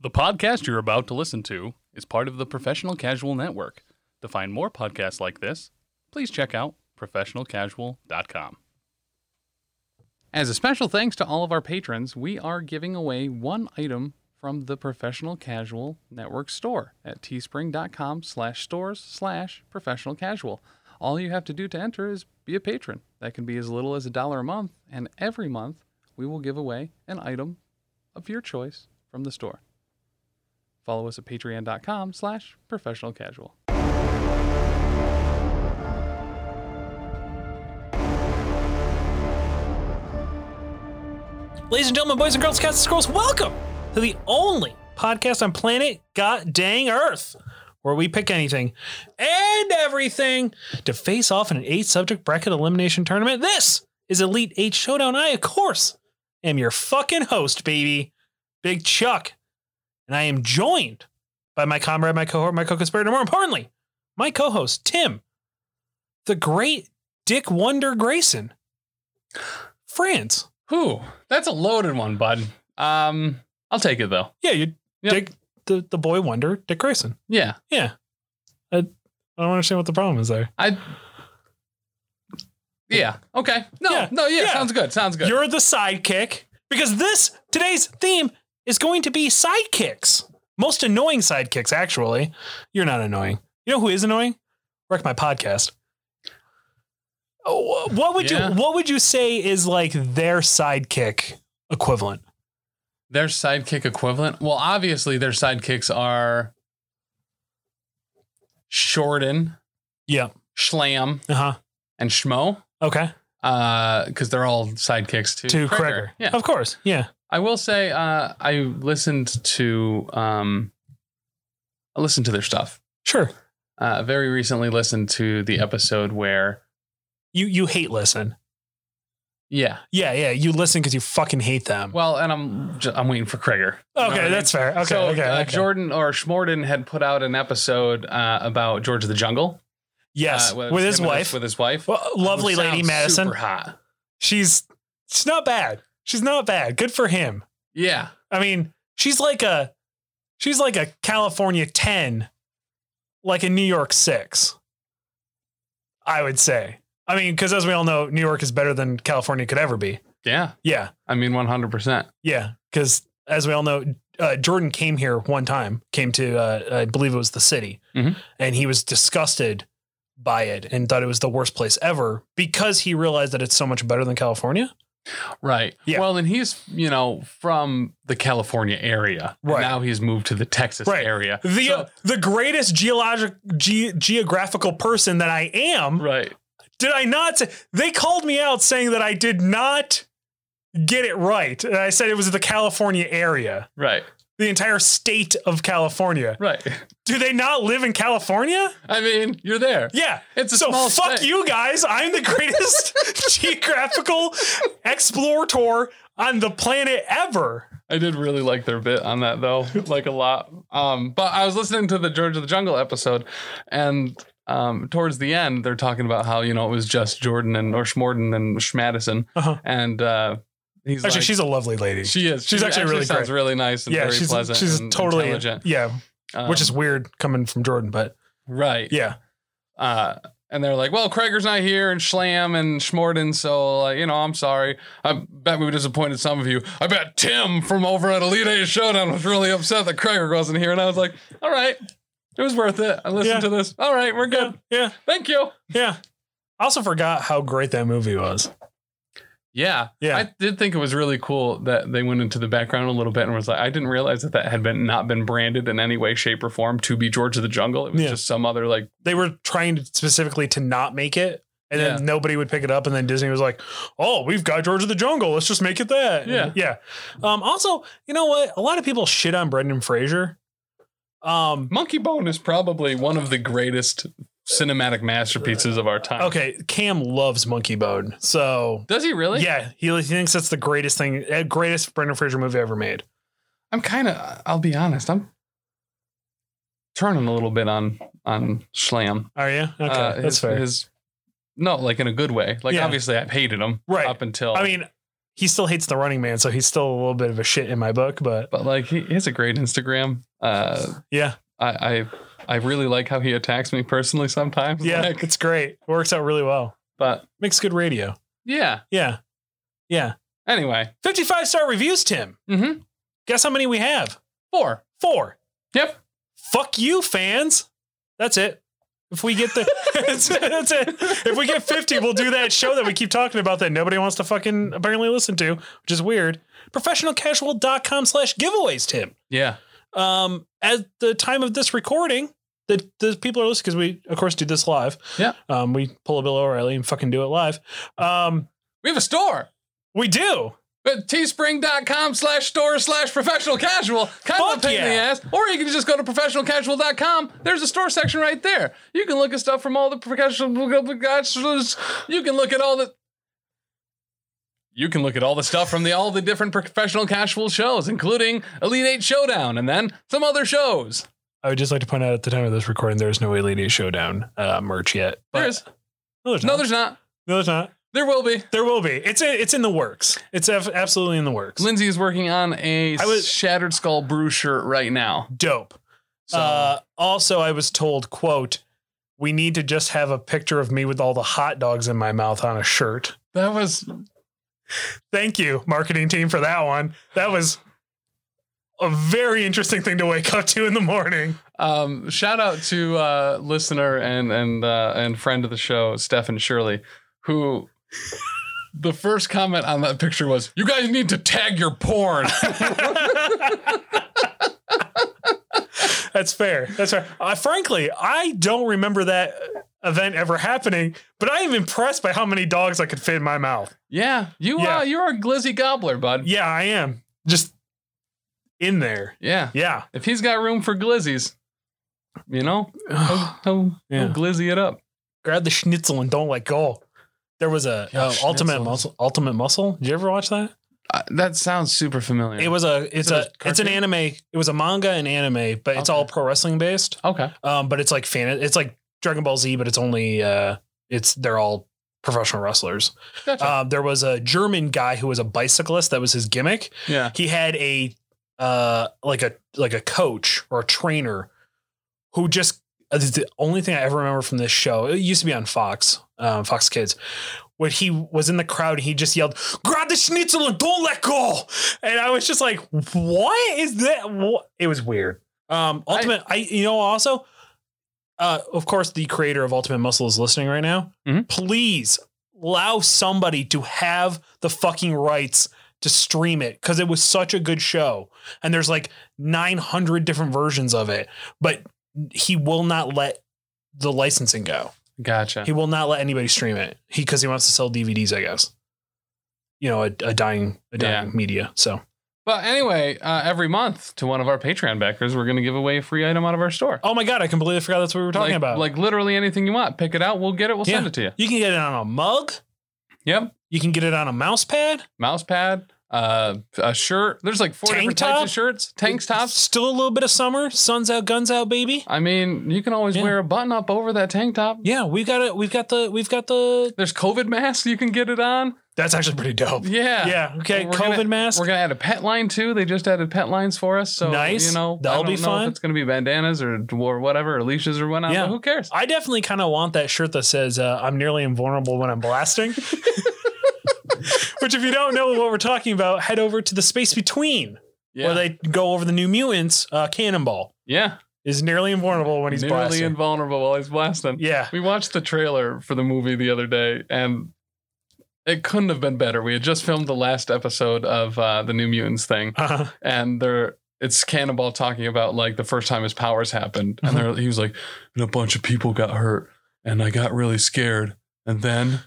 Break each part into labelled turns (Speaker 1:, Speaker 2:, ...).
Speaker 1: The podcast you're about to listen to is part of the Professional Casual Network. To find more podcasts like this, please check out professionalcasual.com. As a special thanks to all of our patrons, we are giving away one item from the Professional Casual Network store at teespring.com slash stores slash professional casual. All you have to do to enter is be a patron. That can be as little as a dollar a month, and every month we will give away an item of your choice from the store. Follow us at patreon.com slash professional casual.
Speaker 2: Ladies and gentlemen, boys and girls, cats and squirrels, welcome to the only podcast on planet God dang Earth where we pick anything and everything to face off in an eight subject bracket elimination tournament. This is Elite Eight Showdown. I, of course, am your fucking host, baby, Big Chuck. And I am joined by my comrade, my cohort, my co conspirator, more importantly, my co host, Tim, the great Dick Wonder Grayson. Friends.
Speaker 1: Whew, that's a loaded one, bud. Um, I'll take it though.
Speaker 2: Yeah, you
Speaker 1: Yep.
Speaker 2: Dick the, the boy wonder, Dick Grayson.
Speaker 1: Yeah,
Speaker 2: Yeah. I, I don't understand what the problem is there.
Speaker 1: I. Yeah. Okay. No.
Speaker 2: Yeah,
Speaker 1: No. Yeah,
Speaker 2: yeah.
Speaker 1: Sounds good. Sounds good.
Speaker 2: You're the sidekick. Because this today's theme is going to be sidekicks. Most annoying sidekicks, actually. You're not annoying. You know who is annoying? Wreck my podcast. Oh, wh- what would
Speaker 1: Yeah.
Speaker 2: you what would you say is like their sidekick equivalent?
Speaker 1: their sidekick equivalent. Well, obviously their sidekicks are. Shorten,
Speaker 2: Yeah.
Speaker 1: Schlam,
Speaker 2: Uh-huh.
Speaker 1: and Schmo,
Speaker 2: Okay.
Speaker 1: uh, because they're all sidekicks to
Speaker 2: To Kreger.
Speaker 1: Yeah.
Speaker 2: Of course. Yeah.
Speaker 1: I will say uh, I listened to um, I listened to their stuff.
Speaker 2: Sure.
Speaker 1: Uh, very recently, listened to the episode where
Speaker 2: You you hate listen.
Speaker 1: yeah,
Speaker 2: Yeah, yeah. You listen because you fucking hate them.
Speaker 1: well, and I'm ju- I'm waiting for Krieger.
Speaker 2: Okay, that's fair. Okay,
Speaker 1: so
Speaker 2: okay,
Speaker 1: uh,
Speaker 2: okay.
Speaker 1: Jordan or Schmorden had put out an episode uh, about George of the Jungle.
Speaker 2: yes,
Speaker 1: uh,
Speaker 2: with, his
Speaker 1: him and
Speaker 2: wife,
Speaker 1: with his wife,
Speaker 2: well, lovely
Speaker 1: who
Speaker 2: lady
Speaker 1: sounds
Speaker 2: Madison.
Speaker 1: super hot.
Speaker 2: She's she's not bad. She's not bad. Good for him.
Speaker 1: Yeah,
Speaker 2: I mean, she's like a she's like a California ten, like a New York six. I would say. I mean, because as we all know, New York is better than California could ever be.
Speaker 1: yeah.
Speaker 2: Yeah,
Speaker 1: I mean, 100. percent
Speaker 2: yeah. Because as we all know, uh, Jordan came here one time. Came to uh, I believe it was the city,
Speaker 1: Mhm.
Speaker 2: and he was disgusted by it and thought it was the worst place ever because he realized that it's so much better than California.
Speaker 1: Right.
Speaker 2: Yeah.
Speaker 1: Well, and he's you know from the California area. And
Speaker 2: Right.
Speaker 1: Now he's moved to the Texas
Speaker 2: Right.
Speaker 1: area.
Speaker 2: the uh,
Speaker 1: So-
Speaker 2: the greatest geologic ge- geographical person that I am.
Speaker 1: Right.
Speaker 2: Did I not? Say, they called me out saying that I did not get it right, and I said it was the California area,
Speaker 1: Right.
Speaker 2: the entire state of California.
Speaker 1: Right.
Speaker 2: Do they not live in California?
Speaker 1: I mean, you're there.
Speaker 2: Yeah.
Speaker 1: It's a
Speaker 2: so
Speaker 1: small
Speaker 2: fuck
Speaker 1: state.
Speaker 2: you guys. I'm the greatest geographical explorator on the planet ever.
Speaker 1: I did really like their bit on that though, like a lot. Um, but I was listening to the George of the Jungle episode, and um, towards the end, they're talking about how you know it was just Jordan and or Schmorden and Schmadison,
Speaker 2: Uh-huh.
Speaker 1: and uh, he's
Speaker 2: Actually,
Speaker 1: like,
Speaker 2: she's a lovely lady.
Speaker 1: she is.
Speaker 2: she's
Speaker 1: She
Speaker 2: actually really
Speaker 1: sounds
Speaker 2: great.
Speaker 1: really nice and
Speaker 2: yeah,
Speaker 1: very
Speaker 2: she's
Speaker 1: pleasant.
Speaker 2: she's
Speaker 1: and
Speaker 2: totally
Speaker 1: intelligent,
Speaker 2: yeah,
Speaker 1: Um,
Speaker 2: which is weird coming from Jordan, but
Speaker 1: right.
Speaker 2: yeah,
Speaker 1: Uh, and they're like, well, Krager's not here and Schlam and Schmorden, so, like, you know, I'm sorry. I bet we disappointed some of you. I bet Tim from over at Elite Eight Showdown was really upset that Krager wasn't here. And I was like, all right, it was worth it. I listened
Speaker 2: Yeah.
Speaker 1: to this. All right, we're good.
Speaker 2: yeah,
Speaker 1: Thank you.
Speaker 2: yeah. I also forgot how great that movie was.
Speaker 1: Yeah.
Speaker 2: Yeah.
Speaker 1: I did think it was really cool that they went into the background a little bit and was like, I didn't realize that that had been not been branded in any way, shape, or form to be George of the Jungle. It was
Speaker 2: Yeah.
Speaker 1: just some other, like,
Speaker 2: They were trying to, specifically to not make it, and then nobody would pick it up, and then Disney was like, "Oh, we've got George of the Jungle. Let's just make it that." And
Speaker 1: Yeah.
Speaker 2: yeah. Um, also, you know what? A lot of people shit on Brendan Fraser. Um,
Speaker 1: Monkey Bone is probably one of the greatest cinematic masterpieces of our time.
Speaker 2: okay, Cam loves Monkey Bone, so.
Speaker 1: Does he really?
Speaker 2: Yeah, he, he thinks that's the greatest thing, eh, greatest Brendan Fraser movie ever made.
Speaker 1: I'm kind of. I'll be honest. I'm turning a little bit on on Schlam.
Speaker 2: Are you? Okay,
Speaker 1: Uh,
Speaker 2: that's
Speaker 1: his-
Speaker 2: fair.
Speaker 1: His, no, like in a good way. Like
Speaker 2: Yeah.
Speaker 1: obviously, I've hated him
Speaker 2: Right.
Speaker 1: up until.
Speaker 2: I mean, he still hates the running man, so he's still a little bit of a shit in my book, but
Speaker 1: But like he he has a great Instagram. Uh,
Speaker 2: yeah.
Speaker 1: I I, I really like how he attacks me personally sometimes.
Speaker 2: Yeah,
Speaker 1: like,
Speaker 2: it's great. It works out really well.
Speaker 1: but
Speaker 2: Makes good radio.
Speaker 1: yeah.
Speaker 2: Yeah. Yeah.
Speaker 1: Anyway,
Speaker 2: 55 star reviews, Tim.
Speaker 1: mm-hmm.
Speaker 2: Guess how many we have?
Speaker 1: four.
Speaker 2: Four.
Speaker 1: Yep.
Speaker 2: Fuck you, fans. That's it. If we get the that's, that's it. If we get 50, we'll do that show that we keep talking about that nobody wants to fucking apparently listen to, which is weird. Professionalcasual.com slash giveaways, Tim.
Speaker 1: Yeah.
Speaker 2: Um, at the time of this recording, the, the people are listening because we, of course, do this live.
Speaker 1: Yeah.
Speaker 2: Um, we pull a Bill O'Reilly and fucking do it live. Um,
Speaker 1: We have a store.
Speaker 2: we do.
Speaker 1: At teespring.com slash store slash professional casual. Kind of
Speaker 2: Fuck
Speaker 1: a pain in the
Speaker 2: yeah.
Speaker 1: ass. Or you can just go to professionalcasual.com. There's a store section right there. You can look at stuff from all the professional. You can look at all the. You can look at all the stuff from the all the different professional casual shows, including Elite Eight Showdown and then some other shows.
Speaker 2: I would just like to point out at the time of this recording, there is no Elite Eight Showdown uh, merch yet. But
Speaker 1: There is.
Speaker 2: No, there's
Speaker 1: No,
Speaker 2: not.
Speaker 1: there's not.
Speaker 2: No, there's not.
Speaker 1: There will be.
Speaker 2: There will be. It's in, it's in the works. It's af- absolutely in the works.
Speaker 1: Lindsay is working on a
Speaker 2: I was-
Speaker 1: Shattered Skull Brew shirt right now.
Speaker 2: Dope.
Speaker 1: So
Speaker 2: Uh, also, I was told, quote, we need to just have a picture of me with all the hot dogs in my mouth on a shirt.
Speaker 1: that was
Speaker 2: Thank you, marketing team, for that one. That was a very interesting thing to wake up to in the morning.
Speaker 1: um, shout out to uh, listener and and uh, and friend of the show Stefan Shirley, who the first comment on that picture was, "You guys need to tag your porn."
Speaker 2: That's fair. That's fair. Uh, frankly, I don't remember that event ever happening, but I am impressed by how many dogs I could fit in my mouth.
Speaker 1: yeah, you
Speaker 2: Yeah.
Speaker 1: are you're a glizzy gobbler, bud.
Speaker 2: Yeah, I am. Just in there.
Speaker 1: Yeah,
Speaker 2: Yeah.
Speaker 1: if he's got room for glizzies, you know, he'll, he'll,
Speaker 2: Yeah.
Speaker 1: he'll glizzy it up.
Speaker 2: Grab the schnitzel and don't let go. There was a
Speaker 1: Yeah,
Speaker 2: uh, ultimate
Speaker 1: Schnitzel.
Speaker 2: muscle. Ultimate muscle. Did you ever watch that?
Speaker 1: Uh, that sounds super familiar.
Speaker 2: It was a. It's
Speaker 1: it a
Speaker 2: a. It's an
Speaker 1: cartoon?
Speaker 2: anime. It was a manga and anime, but it's
Speaker 1: Okay.
Speaker 2: all pro wrestling based.
Speaker 1: okay.
Speaker 2: Um, but it's like fan. It's like Dragon Ball Z, but it's only uh, it's they're all professional wrestlers.
Speaker 1: Gotcha.
Speaker 2: Um, there was a German guy who was a bicyclist. That was his gimmick.
Speaker 1: yeah.
Speaker 2: He had a uh, like a like a coach or a trainer who just uh, the only thing I ever remember from this show. It used to be on Fox, um, Fox Kids. When he was in the crowd, he just yelled, "Grab the schnitzel and don't let go!" And I was just like, "What is that?" What? It was weird. Um, Ultimate, I, you know also, uh, of course, the creator of Ultimate Muscle is listening right now.
Speaker 1: Mhm.
Speaker 2: Please allow somebody to have the fucking rights to stream it because it was such a good show, and there's like 900 different versions of it, but he will not let the licensing go.
Speaker 1: Gotcha.
Speaker 2: He will not let anybody stream it. He because he wants to sell DVDs, I guess. You know, a, a dying, a dying
Speaker 1: Yeah.
Speaker 2: media. So,
Speaker 1: But anyway, uh, every month to one of our Patreon backers, we're going to give away a free item out of our store.
Speaker 2: oh my god, I completely forgot that's what we were talking
Speaker 1: like,
Speaker 2: about.
Speaker 1: Like literally anything you want. Pick it out. We'll get it. We'll send
Speaker 2: Yeah.
Speaker 1: it to you.
Speaker 2: you can get it on a mug.
Speaker 1: Yep.
Speaker 2: You can get it on a mouse pad.
Speaker 1: Mouse pad, uh, a shirt. There's like four
Speaker 2: Tank
Speaker 1: different
Speaker 2: top?
Speaker 1: types of shirts. Tank tops.
Speaker 2: Still a little bit of summer. Sun's out, guns out, baby.
Speaker 1: I mean, you can always
Speaker 2: Yeah.
Speaker 1: wear a button up over that tank top.
Speaker 2: Yeah, we've got it. We've got the. We've got the.
Speaker 1: There's COVID masks you can get it on.
Speaker 2: That's actually pretty dope.
Speaker 1: Yeah.
Speaker 2: Yeah. Okay.
Speaker 1: We're
Speaker 2: COVID
Speaker 1: gonna-
Speaker 2: mask.
Speaker 1: We're gonna add a pet line too. They just added pet lines for us, so
Speaker 2: Nice.
Speaker 1: you know
Speaker 2: That'll
Speaker 1: I don't
Speaker 2: be
Speaker 1: know
Speaker 2: fun.
Speaker 1: If it's gonna be bandanas or or whatever or leashes or whatnot.
Speaker 2: Yeah.
Speaker 1: but who cares?
Speaker 2: I definitely kind of want that shirt that says uh, "I'm nearly invulnerable when I'm blasting." Which, if you don't know what we're talking about, head over to the space between
Speaker 1: Yeah.
Speaker 2: where they go over the New Mutants. Uh, Cannonball
Speaker 1: yeah.
Speaker 2: is nearly invulnerable when he's
Speaker 1: Nearly
Speaker 2: blasting.
Speaker 1: invulnerable while he's blasting.
Speaker 2: yeah,
Speaker 1: We watched the trailer for the movie the other day, and it couldn't have been better. We had just filmed the last episode of uh, the New Mutants thing,
Speaker 2: uh-huh.
Speaker 1: and they're it's Cannonball talking about like the first time his powers happened, and they're, he was like, and a bunch of people got hurt, and I got really scared, and then,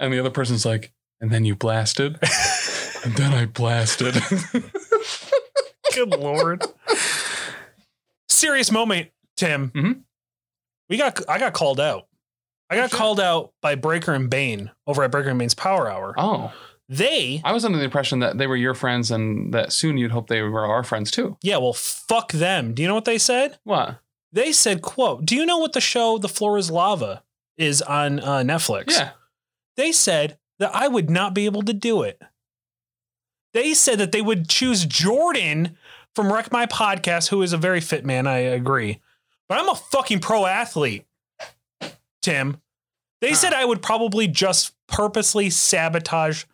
Speaker 1: and the other person's like, and then you blasted, and then I blasted.
Speaker 2: good lord. Serious moment, Tim.
Speaker 1: Mhm.
Speaker 2: We got. I got called out. I got
Speaker 1: Sure.
Speaker 2: called out by Breaker and Bane over at Breaker and Bane's Power Hour.
Speaker 1: oh,
Speaker 2: They,
Speaker 1: I was under the impression that they were your friends, and that soon you'd hope they were our friends too.
Speaker 2: yeah, well, fuck them. Do you know what they said?
Speaker 1: What?
Speaker 2: they said quote do you know what the show the floor is lava is on uh, netflix
Speaker 1: Yeah.
Speaker 2: they said that I would not be able to do it. They said that they would choose Jordan from Wreck My Podcast, who is a very fit man. I agree. But I'm a fucking pro athlete, Tim. They said I would probably just purposely sabotage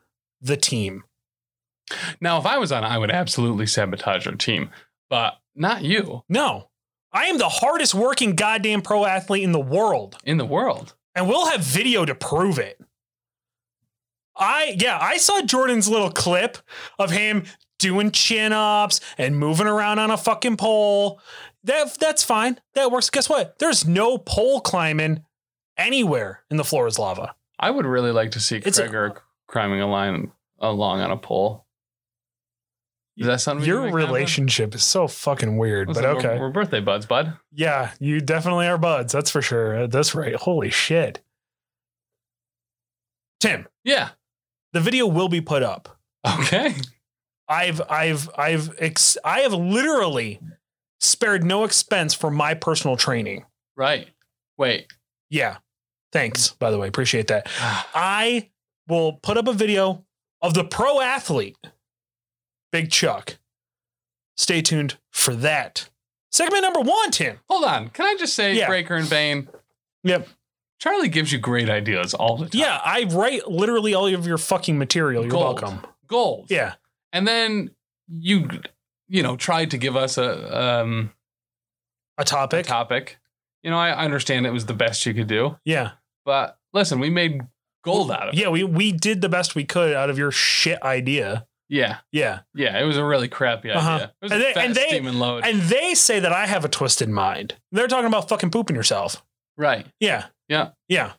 Speaker 2: the team.
Speaker 1: Now, if I was on, I would absolutely sabotage our team, but not you
Speaker 2: No, I am the hardest working goddamn pro athlete in the world,
Speaker 1: in the world.
Speaker 2: and we'll have video to prove it. I, yeah, I saw Jordan's little clip of him doing chin ups and moving around on a fucking pole. That, that's fine. That works. Guess what? There's no pole climbing anywhere in the floor is lava.
Speaker 1: I would really like to see
Speaker 2: It's a-
Speaker 1: Gregor climbing a line along on a pole. Does that sound
Speaker 2: Your
Speaker 1: like that, bud?
Speaker 2: relationship is so fucking weird,
Speaker 1: Listen,
Speaker 2: but
Speaker 1: we're-
Speaker 2: okay.
Speaker 1: We're, birthday buds, bud.
Speaker 2: Yeah, you definitely are buds. That's for sure. Uh, That's right. Holy shit. Tim,
Speaker 1: Yeah.
Speaker 2: the video will be put up.
Speaker 1: Okay.
Speaker 2: I've I've I've ex- I have literally spared no expense for my personal training.
Speaker 1: Right. Wait.
Speaker 2: Yeah. Thanks, by the way. Appreciate that. I will put up a video of the pro athlete, Big Chuck. Stay tuned for that. Segment number one, Tim.
Speaker 1: Hold on. Can I just say,
Speaker 2: Yeah.
Speaker 1: Breaker and Bane,
Speaker 2: Yep.
Speaker 1: Charlie gives you great ideas all the time.
Speaker 2: Yeah, I write literally all of your fucking material. You're
Speaker 1: Gold.
Speaker 2: welcome.
Speaker 1: Gold.
Speaker 2: Yeah.
Speaker 1: And then you, you know, tried to give us a, um,
Speaker 2: A
Speaker 1: a
Speaker 2: topic.
Speaker 1: topic. You know, I I understand it was the best you could do,
Speaker 2: yeah.
Speaker 1: but listen, we made gold out of it.
Speaker 2: Yeah, we we did the best we could out of your shit idea.
Speaker 1: Yeah.
Speaker 2: Yeah.
Speaker 1: Yeah. It was a really crappy idea.
Speaker 2: Uh-huh.
Speaker 1: It was
Speaker 2: And
Speaker 1: a
Speaker 2: they- and
Speaker 1: fast
Speaker 2: they-
Speaker 1: demon load.
Speaker 2: And they say that I have a twisted mind. They're talking about fucking pooping yourself.
Speaker 1: right.
Speaker 2: Yeah.
Speaker 1: Yeah.
Speaker 2: Yeah.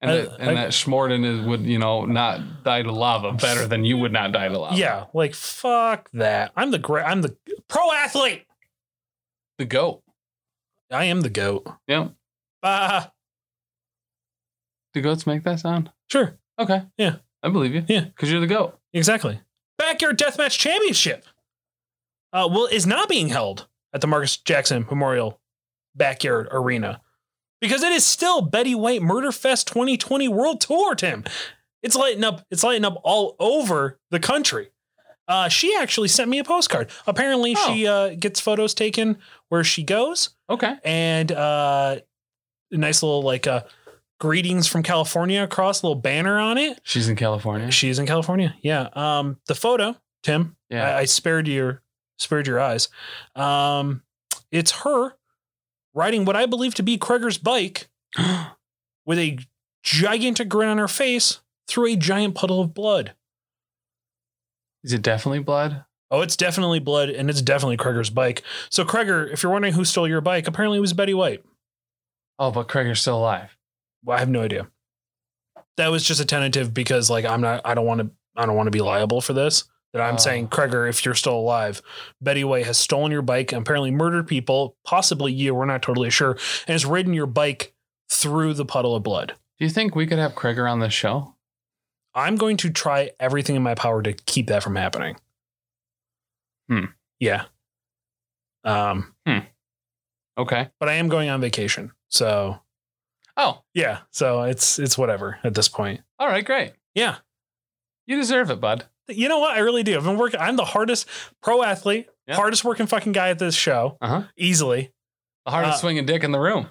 Speaker 1: And,
Speaker 2: I-
Speaker 1: that, and
Speaker 2: I-
Speaker 1: that Schmorden is, would, you know, not die to lava better than you would not die to lava.
Speaker 2: Yeah. Like fuck that. I'm the great I'm the pro athlete.
Speaker 1: The goat.
Speaker 2: I am the goat.
Speaker 1: Yeah.
Speaker 2: Uh
Speaker 1: Do goats make that sound?
Speaker 2: sure.
Speaker 1: Okay.
Speaker 2: Yeah.
Speaker 1: I believe you.
Speaker 2: Yeah.
Speaker 1: Because you're the goat.
Speaker 2: Exactly. Backyard Deathmatch Championship. Uh, well, is not being held at the Marcus Jackson Memorial Backyard Arena because it is still Betty White Murder Fest 2020 World Tour. Tim, it's lighting up. It's lighting up all over the country. Uh, she actually sent me a postcard. Apparently, she uh, gets photos taken where she goes,
Speaker 1: Okay.
Speaker 2: and uh, a nice little like uh, greetings from California across a little banner on it.
Speaker 1: She's in California.
Speaker 2: She's in California. Yeah. Um, the photo, Tim.
Speaker 1: Yeah.
Speaker 2: I, I spared your spared your eyes. Um, it's her riding what I believe to be Kreger's bike with a gigantic grin on her face through a giant puddle of blood.
Speaker 1: Is it definitely blood?
Speaker 2: Oh, it's definitely blood, and it's definitely Kreger's bike. So, Kreger, if you're wondering who stole your bike, apparently it was Betty White.
Speaker 1: Oh, but Craig, you're still alive.
Speaker 2: Well, I have no idea. That was just a tentative because, like, I'm not. I don't want to. I don't want to be liable for this. That I'm
Speaker 1: Oh.
Speaker 2: saying, Kreger, if you're still alive, Betty Way has stolen your bike and apparently murdered people, possibly you. We're not totally sure, and has ridden your bike through the puddle of blood.
Speaker 1: Do you think we could have Craig on this show?
Speaker 2: I'm going to try everything in my power to keep that from happening.
Speaker 1: Hmm.
Speaker 2: Yeah. Um.
Speaker 1: Okay.
Speaker 2: But I am going on vacation, so
Speaker 1: Oh,
Speaker 2: yeah. So it's it's whatever at this point.
Speaker 1: all right, great.
Speaker 2: Yeah.
Speaker 1: You deserve it, bud.
Speaker 2: You know what? I really do. I've been working. I'm the hardest pro athlete,
Speaker 1: Yeah.
Speaker 2: hardest working fucking guy at this show,
Speaker 1: Uh-huh.
Speaker 2: easily.
Speaker 1: The hardest
Speaker 2: Uh,
Speaker 1: swinging dick in the room.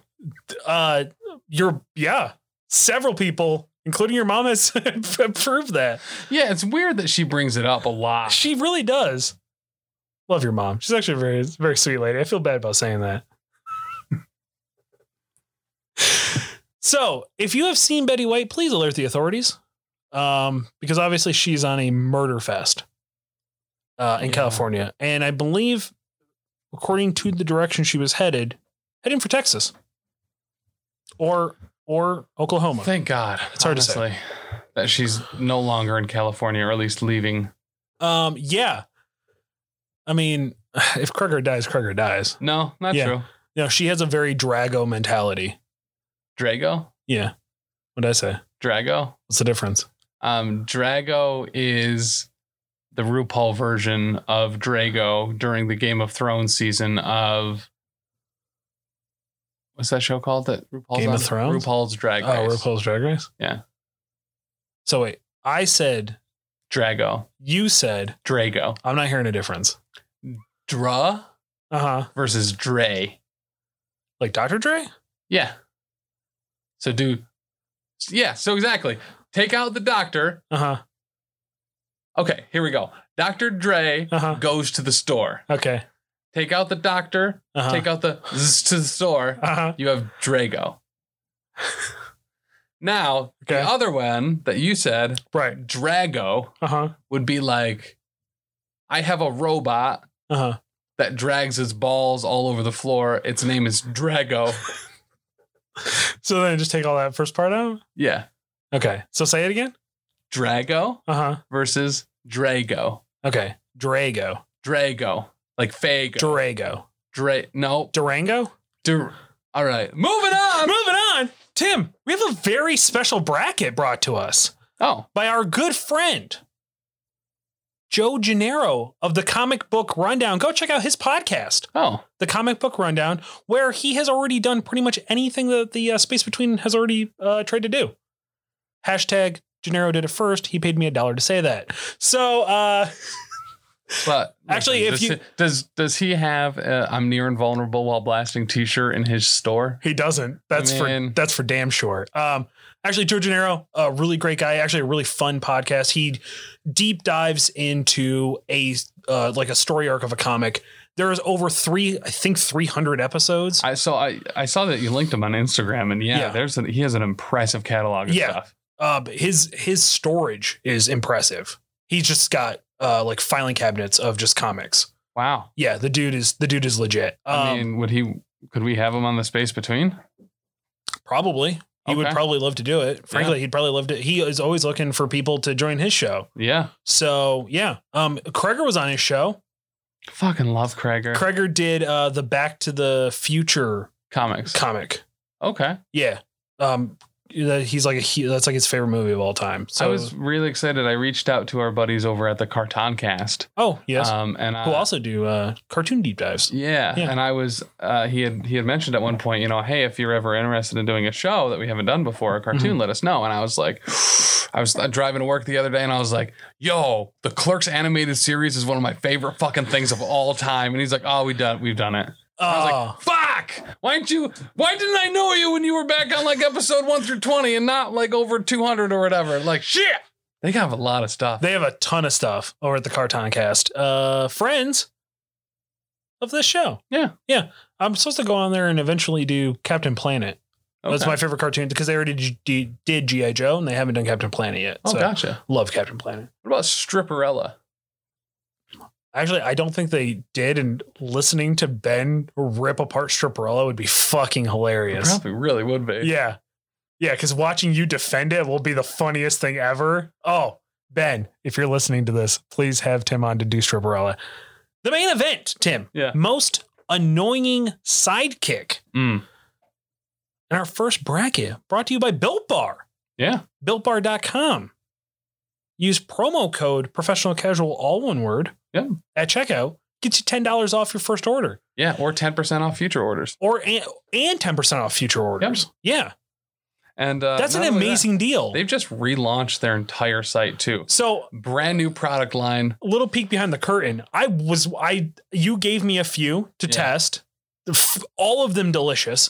Speaker 2: Uh, you're yeah. Several people, including your mom, has proved that.
Speaker 1: Yeah, it's weird that she brings it up a lot.
Speaker 2: Ah. She really does. Love your mom. She's actually a very very sweet lady. I feel bad about saying that. so, if you have seen Betty White, please alert the authorities, um, because obviously she's on a murder fest uh, in
Speaker 1: Yeah.
Speaker 2: California, and I believe, according to the direction she was headed, heading for Texas or or Oklahoma.
Speaker 1: Thank God.
Speaker 2: It's hard to say.
Speaker 1: honestly, That she's no longer in California, or at least leaving.
Speaker 2: Um, yeah. I mean, if Kruger dies, Kruger dies.
Speaker 1: No, not
Speaker 2: Yeah.
Speaker 1: true.
Speaker 2: No, she has a very Drago mentality.
Speaker 1: Drago?
Speaker 2: Yeah. What did I say?
Speaker 1: Drago?
Speaker 2: What's the difference?
Speaker 1: Um, Drago is the RuPaul version of Drago during the Game of Thrones season of what's that show called that RuPaul's
Speaker 2: Game of
Speaker 1: on?
Speaker 2: Thrones?
Speaker 1: RuPaul's Drag Race.
Speaker 2: Oh, RuPaul's Drag Race?
Speaker 1: Yeah.
Speaker 2: So wait, I said,
Speaker 1: Drago.
Speaker 2: you said,
Speaker 1: Drago.
Speaker 2: I'm not hearing a difference.
Speaker 1: Dra
Speaker 2: Uh huh.
Speaker 1: versus Dre.
Speaker 2: Like Dr. Dre?
Speaker 1: Yeah. So do. Yeah, so exactly. Take out the doctor.
Speaker 2: Uh huh.
Speaker 1: Okay, here we go. Dr. Dre
Speaker 2: Uh huh.
Speaker 1: goes to the store.
Speaker 2: Okay.
Speaker 1: Take out the doctor.
Speaker 2: Uh huh.
Speaker 1: Take out the zzz to the store.
Speaker 2: Uh huh.
Speaker 1: You have Drago. now, the
Speaker 2: Okay.
Speaker 1: other one that you said,
Speaker 2: Right.
Speaker 1: Drago,
Speaker 2: Uh huh.
Speaker 1: would be like, I have a robot
Speaker 2: Uh huh.
Speaker 1: that drags his balls all over the floor. Its name is Drago.
Speaker 2: So then just take all that first part out?
Speaker 1: yeah.
Speaker 2: Okay. So say it again?
Speaker 1: Drago
Speaker 2: Uh huh.
Speaker 1: versus Drago.
Speaker 2: Okay. Drago.
Speaker 1: Drago. Like Fago. Dra-,
Speaker 2: Drago.
Speaker 1: no.
Speaker 2: Durango?
Speaker 1: Dr- all right. Moving on.
Speaker 2: Moving on. Tim, we have a very special bracket brought to us
Speaker 1: Oh,
Speaker 2: by our good friend, Joe Gennaro of the Comic Book Rundown. Go check out his podcast.
Speaker 1: oh.
Speaker 2: the comic book rundown, where he has already done pretty much anything that the uh, Space Between has already uh, tried to do. Hashtag Gennaro did it first. He paid me a dollar to say that. So, uh,
Speaker 1: But
Speaker 2: Actually, if
Speaker 1: does
Speaker 2: you-
Speaker 1: he- does does he have uh, "I'm near invulnerable while blasting" T-shirt in his store?
Speaker 2: He doesn't. That's
Speaker 1: Man.
Speaker 2: for that's for damn sure. Um, actually, Joe Gennaro, a really great guy. Actually, a really fun podcast. He deep dives into a uh, like a story arc of a comic. There is over three, I think, three hundred episodes.
Speaker 1: I saw I, I saw that you linked him on Instagram, and yeah,
Speaker 2: Yeah.
Speaker 1: there's an, he has an impressive catalog of
Speaker 2: Yeah.
Speaker 1: stuff.
Speaker 2: uh, but his his storage is impressive. He's just got uh, like filing cabinets of just comics.
Speaker 1: Wow.
Speaker 2: Yeah, the dude is the dude is legit. Um,
Speaker 1: I mean, would he? Could we have him on the space between?
Speaker 2: probably he would
Speaker 1: Okay.
Speaker 2: probably love to do it. Frankly, he'd probably love to. He is always looking for people to join his show.
Speaker 1: Yeah.
Speaker 2: So yeah, um, Kreger was on his show.
Speaker 1: Fucking love Krager
Speaker 2: Kreger did uh, the Back to the Future
Speaker 1: comics.
Speaker 2: comic.
Speaker 1: okay.
Speaker 2: Yeah, um, that- he's like a, he, that's like his favorite movie of all time. So
Speaker 1: I was really excited. I reached out to our buddies over at the Cartoon Cast.
Speaker 2: oh yes,
Speaker 1: Um, and I,
Speaker 2: who also do uh, cartoon deep dives.
Speaker 1: Yeah,
Speaker 2: Yeah.
Speaker 1: and I was uh, he had he had mentioned at one point, you know, hey, if you're ever interested in doing a show that we haven't done before, a cartoon,
Speaker 2: Mm-hmm.
Speaker 1: let us know. And I was like, I was uh, driving to work the other day, and I was like, yo, the Clerks animated series is one of my favorite fucking things of all time. And he's like, oh, we done, we've done it. I was
Speaker 2: Oh.
Speaker 1: like, fuck, why didn't you? Why didn't I know you when you were back on like episode one through twenty and not like over two hundred or whatever? Like shit, they have a lot of stuff.
Speaker 2: They have a ton of stuff over at the Cartoon Cast. Uh, friends of this show.
Speaker 1: Yeah.
Speaker 2: Yeah. I'm supposed to go on there and eventually do Captain Planet. That's
Speaker 1: Okay.
Speaker 2: my favorite cartoon because they already g- d- did G.I. Joe and they haven't done Captain Planet yet.
Speaker 1: Oh,
Speaker 2: so
Speaker 1: gotcha.
Speaker 2: love Captain Planet.
Speaker 1: What about Stripperella?
Speaker 2: Actually, I don't think they did. And listening to Ben rip apart Stripperella would be fucking
Speaker 1: It
Speaker 2: hilarious.
Speaker 1: Probably really would be.
Speaker 2: Yeah. Yeah. Because watching you defend it will be the funniest thing ever. Oh, Ben, if you're listening to this, please have Tim on to do Stripperella. The main event, Tim.
Speaker 1: Yeah.
Speaker 2: Most annoying sidekick.
Speaker 1: Mm.
Speaker 2: And our first bracket brought to you by Built Bar,
Speaker 1: Yeah.
Speaker 2: builtbar.com. Use promo code professional casual, all one word,
Speaker 1: Yeah.
Speaker 2: at checkout. Gets you $10 off your first order
Speaker 1: Yeah, or 10% off future orders.
Speaker 2: or and, and 10% off future orders. Yeah.
Speaker 1: And uh,
Speaker 2: That's an
Speaker 1: not only that,
Speaker 2: amazing deal.
Speaker 1: they've just relaunched their entire site too.
Speaker 2: So
Speaker 1: Brand new product line.
Speaker 2: little peek behind the curtain. I was I you gave me a few to
Speaker 1: Yeah.
Speaker 2: test. F- All of them delicious.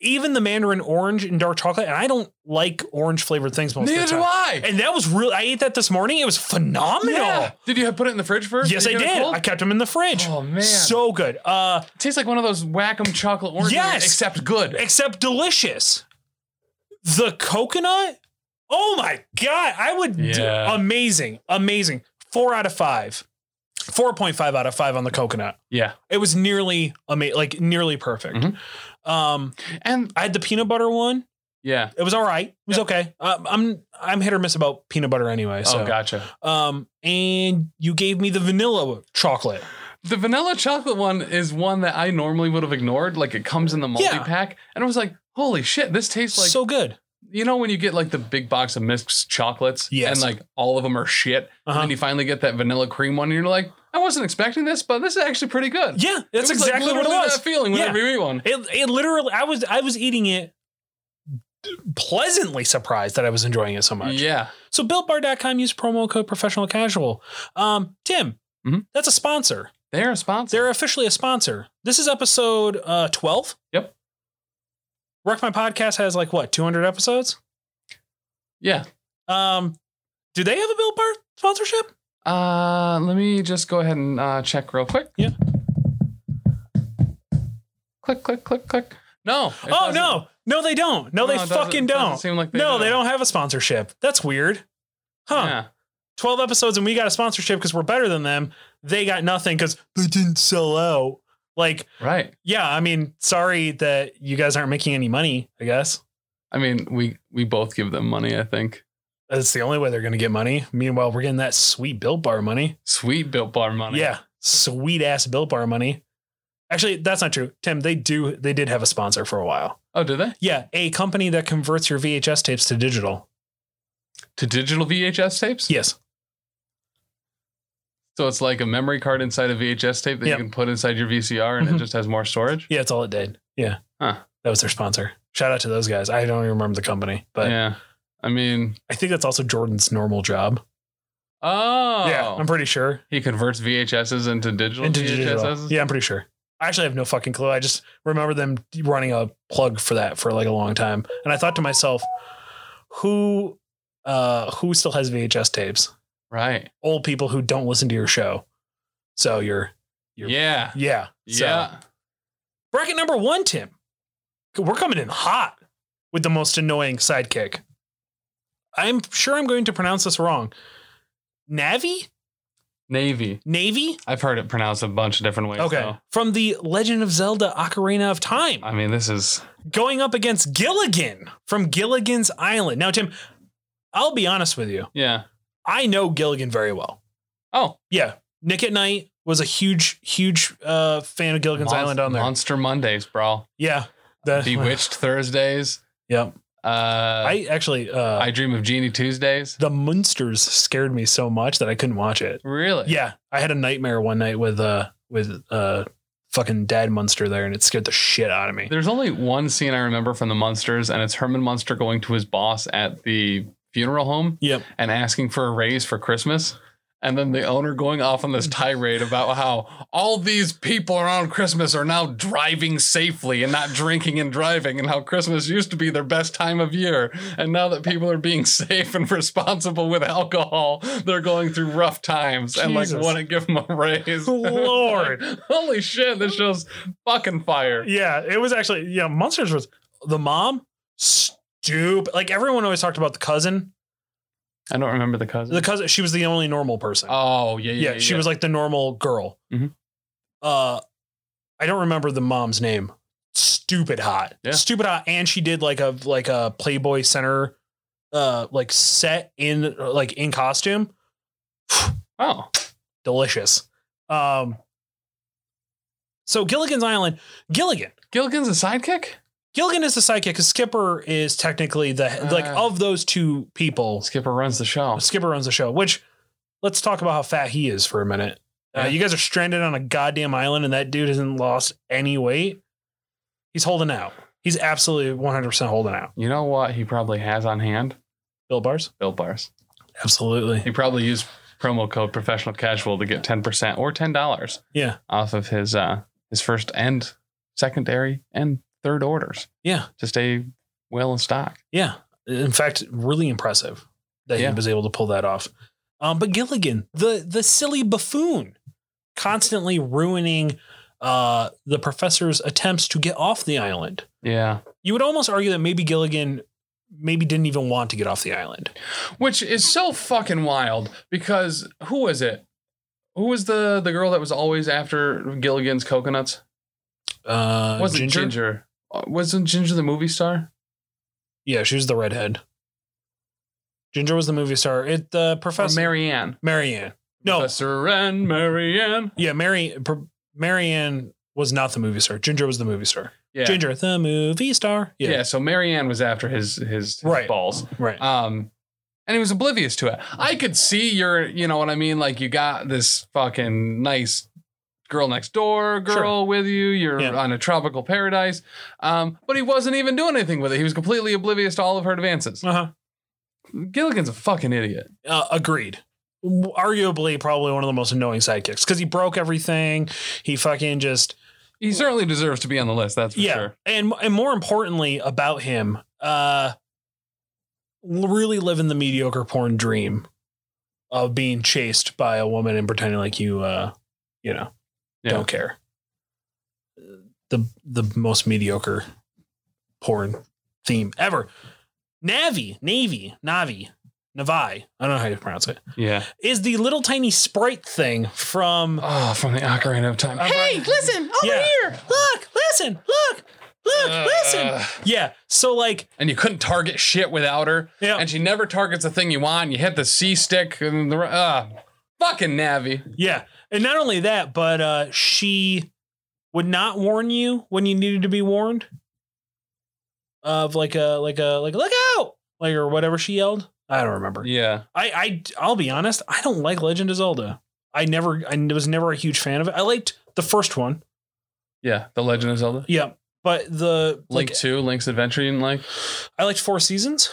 Speaker 2: Even the mandarin orange and dark chocolate, and I don't like orange flavored things most
Speaker 1: Neither
Speaker 2: of the
Speaker 1: do
Speaker 2: time.
Speaker 1: I.
Speaker 2: And that was real. I ate that this morning. It was phenomenal.
Speaker 1: Yeah. Did you put it in the fridge first?
Speaker 2: Yes, I
Speaker 1: you get it
Speaker 2: did.
Speaker 1: cold?
Speaker 2: I kept them in the fridge.
Speaker 1: Oh, man.
Speaker 2: so good. Uh,
Speaker 1: It tastes like one of those whack'em chocolate oranges,
Speaker 2: Yes.
Speaker 1: except good.
Speaker 2: except delicious. The coconut. Oh my god! I would
Speaker 1: Yeah.
Speaker 2: amazing, amazing. Four out of five. Four point five out of five on the coconut.
Speaker 1: Yeah.
Speaker 2: It was nearly amazing, like nearly perfect.
Speaker 1: Mhm.
Speaker 2: Um,
Speaker 1: And
Speaker 2: I had the peanut butter one.
Speaker 1: yeah.
Speaker 2: It was all right. It was
Speaker 1: Yeah.
Speaker 2: okay. Um, I'm I'm hit or miss about peanut butter anyway. So,
Speaker 1: Oh, gotcha.
Speaker 2: um, and you gave me the vanilla chocolate.
Speaker 1: The vanilla chocolate one is one that I normally would have ignored. Like it comes in the multi
Speaker 2: Yeah.
Speaker 1: pack. And I was like, holy shit, this tastes like
Speaker 2: so good.
Speaker 1: you know when you get like the big box of mixed chocolates
Speaker 2: Yes.
Speaker 1: and like all of them are shit
Speaker 2: Uh-huh.
Speaker 1: and then you finally get that vanilla cream one and you're like i wasn't expecting this but this is actually pretty good
Speaker 2: Yeah, that's
Speaker 1: It was, like,
Speaker 2: exactly what it
Speaker 1: literally
Speaker 2: was.
Speaker 1: that feeling whenever you eat one
Speaker 2: It, it literally. I was I was eating it pleasantly surprised that I was enjoying it so much.
Speaker 1: Yeah.
Speaker 2: So builtbar.com use promo code professional casual. Um, Tim,
Speaker 1: Mhm.
Speaker 2: that's a sponsor.
Speaker 1: They're a sponsor.
Speaker 2: They're officially a sponsor. This is episode uh 12.
Speaker 1: Yep.
Speaker 2: Wreck My Podcast has like what, 200 episodes?
Speaker 1: yeah.
Speaker 2: Um, do they have a Built Bar sponsorship?
Speaker 1: Uh, let me just go ahead and uh, check real quick.
Speaker 2: Yeah.
Speaker 1: Click, click, click, click. No. it
Speaker 2: oh
Speaker 1: doesn't.
Speaker 2: no. No, they don't. No,
Speaker 1: No,
Speaker 2: they
Speaker 1: it doesn't-
Speaker 2: fucking
Speaker 1: doesn't
Speaker 2: don't.
Speaker 1: seem like they
Speaker 2: no,
Speaker 1: do.
Speaker 2: they don't have a sponsorship. That's weird. Huh.
Speaker 1: Yeah.
Speaker 2: 12 episodes and we got a sponsorship because we're better than them. They got nothing because they didn't sell out. Like,
Speaker 1: Right.
Speaker 2: yeah, I mean, sorry that you guys aren't making any money, I guess.
Speaker 1: I mean, we we both give them money. I think.
Speaker 2: That's the only way they're going to get money. Meanwhile, we're getting that sweet Built Bar money.
Speaker 1: Sweet built bar money.
Speaker 2: Yeah, sweet ass Built Bar money. Actually, that's not true. Tim, they do, they did have a sponsor for a while.
Speaker 1: Oh, did they?
Speaker 2: Yeah, a company that converts your VHS tapes to digital.
Speaker 1: To digital VHS tapes.
Speaker 2: Yes.
Speaker 1: So it's like a memory card inside a VHS tape that
Speaker 2: Yep.
Speaker 1: you can put inside your VCR, and
Speaker 2: Mhm.
Speaker 1: it just has more storage.
Speaker 2: Yeah, that's all it did. Yeah.
Speaker 1: Huh.
Speaker 2: That was their sponsor. Shout out to those guys. I don't even remember the company, but
Speaker 1: yeah. I mean,
Speaker 2: I think that's also Jordan's normal job.
Speaker 1: oh,
Speaker 2: Yeah, I'm pretty sure.
Speaker 1: he converts VHSs into digital
Speaker 2: Into digital.
Speaker 1: VHSs.
Speaker 2: Yeah, I'm pretty sure. I actually have no fucking clue. I just remember them running a plug for that for like a long time, and I thought to myself, who, uh, who still has VHS tapes?
Speaker 1: Right.
Speaker 2: Old people who don't listen to your show. So you're, You're-
Speaker 1: yeah.
Speaker 2: yeah, So-
Speaker 1: Yeah.
Speaker 2: Bracket number one, Tim. We're coming in hot with the most annoying sidekick. I'm sure I'm going to pronounce this wrong. Navi?
Speaker 1: Navy.
Speaker 2: Navy?
Speaker 1: I've heard it pronounced a bunch of different ways.
Speaker 2: Okay.
Speaker 1: though.
Speaker 2: From the Legend of Zelda Ocarina of Time.
Speaker 1: I mean, this is
Speaker 2: Going up against Gilligan from Gilligan's Island. Now, Tim, I'll be honest with you.
Speaker 1: yeah.
Speaker 2: I know Gilligan very well.
Speaker 1: Oh,
Speaker 2: Yeah. Nick at Night was a huge, huge uh, fan of Gilligan's
Speaker 1: Monst-
Speaker 2: Island on there.
Speaker 1: Monster Mondays, bro.
Speaker 2: Yeah. The-
Speaker 1: Bewitched Thursdays.
Speaker 2: Yep.
Speaker 1: Uh, I
Speaker 2: I actually uh,
Speaker 1: I Dream of Genie Tuesdays.
Speaker 2: the Munsters scared me so much that I couldn't watch it.
Speaker 1: Really?
Speaker 2: Yeah, I had a nightmare one night with uh with uh fucking Dad Munster there, and it scared the shit out of me.
Speaker 1: There's only one scene I remember from the Munsters, and it's Herman Munster going to his boss at the funeral home
Speaker 2: Yep.
Speaker 1: and asking for a raise for Christmas. And then the owner going off on this tirade about how all these people around Christmas are now driving safely and not drinking and driving, and how Christmas used to be their best time of year. And now that people are being safe and responsible with alcohol, they're going through rough times and like
Speaker 2: Jesus.
Speaker 1: want to give them a raise.
Speaker 2: Lord.
Speaker 1: Holy shit, this show's fucking fire.
Speaker 2: Yeah, it was actually yeah. Munsters was the mom stupid. Like everyone always talked about the cousin.
Speaker 1: I don't remember the cousin.
Speaker 2: The cousin, she was the only normal person.
Speaker 1: Oh yeah, yeah.
Speaker 2: yeah, she was like the normal girl.
Speaker 1: Mhm.
Speaker 2: Uh, I don't remember the mom's name. Stupid hot,
Speaker 1: Yeah.
Speaker 2: stupid hot, and she did like a like a Playboy Center, uh, like set in like in costume.
Speaker 1: oh
Speaker 2: Delicious. Um, so Gilligan's Island, Gilligan.
Speaker 1: Gilligan's a sidekick.
Speaker 2: Gilligan is the sidekick because Skipper is technically the like
Speaker 1: Ah.
Speaker 2: of those two people.
Speaker 1: Skipper runs the show.
Speaker 2: Skipper runs the show, which let's talk about how fat he is for a minute. Uh,
Speaker 1: Yeah.
Speaker 2: you guys are stranded on a goddamn island, and that dude hasn't lost any weight. He's holding out. He's absolutely 100% holding out.
Speaker 1: You know what he probably has on hand?
Speaker 2: Bill Bars?
Speaker 1: Bill bars.
Speaker 2: Absolutely.
Speaker 1: He probably used promo code professional casual to get ten percent or ten dollars
Speaker 2: Yeah.
Speaker 1: off of his uh his first and secondary and third orders
Speaker 2: Yeah.
Speaker 1: to stay well in stock.
Speaker 2: Yeah. In fact, really impressive that
Speaker 1: Yeah.
Speaker 2: he was able to pull that off. Um, but Gilligan, the the silly buffoon, constantly ruining uh, the professor's attempts to get off the island.
Speaker 1: Yeah.
Speaker 2: You would almost argue that maybe Gilligan maybe didn't even want to get off the island.
Speaker 1: Which is so fucking wild because who was it? Who was the the girl that was always after Gilligan's coconuts?
Speaker 2: Uh,
Speaker 1: Wasn't Ginger? Uh, Wasn't Ginger the movie star?
Speaker 2: Yeah, she was the redhead. Ginger was the movie star. It the
Speaker 1: Or
Speaker 2: professor
Speaker 1: Marianne?
Speaker 2: Marianne. No,
Speaker 1: Professor and Marianne.
Speaker 2: yeah, Mary Pr- Marianne was not the movie star. Ginger was the movie star.
Speaker 1: Yeah.
Speaker 2: Ginger, the movie star.
Speaker 1: Yeah.
Speaker 2: Yeah,
Speaker 1: so Marianne was after his his, his
Speaker 2: Right.
Speaker 1: balls.
Speaker 2: right.
Speaker 1: Um and he was oblivious to it. I could see your, you know what I mean? Like you got this fucking nice girl next door, girl with you, you're
Speaker 2: Yeah.
Speaker 1: on a tropical paradise. Um, but he wasn't even doing anything with it. He was completely oblivious to all of her advances.
Speaker 2: Uh-huh.
Speaker 1: Gilligan's a fucking idiot.
Speaker 2: Uh, agreed. Arguably, probably one of the most annoying sidekicks because he broke everything. He fucking just
Speaker 1: He certainly deserves to be on the list, that's for
Speaker 2: yeah,
Speaker 1: sure.
Speaker 2: and and more importantly about him, uh, really living the mediocre porn dream of being chased by a woman and pretending like you, uh, you know,
Speaker 1: Yeah.
Speaker 2: don't care. The the most mediocre porn theme ever. Navi, Navy, Navi, Navi. I don't know how you pronounce it.
Speaker 1: Yeah.
Speaker 2: is the little tiny sprite thing from
Speaker 1: Oh, from the Ocarina of Time.
Speaker 2: listen over
Speaker 1: Yeah.
Speaker 2: here look listen look look
Speaker 1: Uh,
Speaker 2: listen yeah so like
Speaker 1: And you couldn't target shit without her.
Speaker 2: Yeah.
Speaker 1: And she never targets the thing you want. You hit the C stick and the uh, fucking Navi.
Speaker 2: yeah and not only that but uh she would not warn you when you needed to be warned of like a like a like look out like or whatever she yelled i don't remember
Speaker 1: Yeah.
Speaker 2: I, I I'll be honest, I don't like Legend of Zelda. I never I was never a huge fan of it. I liked the first one.
Speaker 1: Yeah. The Legend of Zelda.
Speaker 2: Yeah. But the
Speaker 1: Link
Speaker 2: like
Speaker 1: 2, Link's Adventure, you didn't like?
Speaker 2: I liked Four Seasons.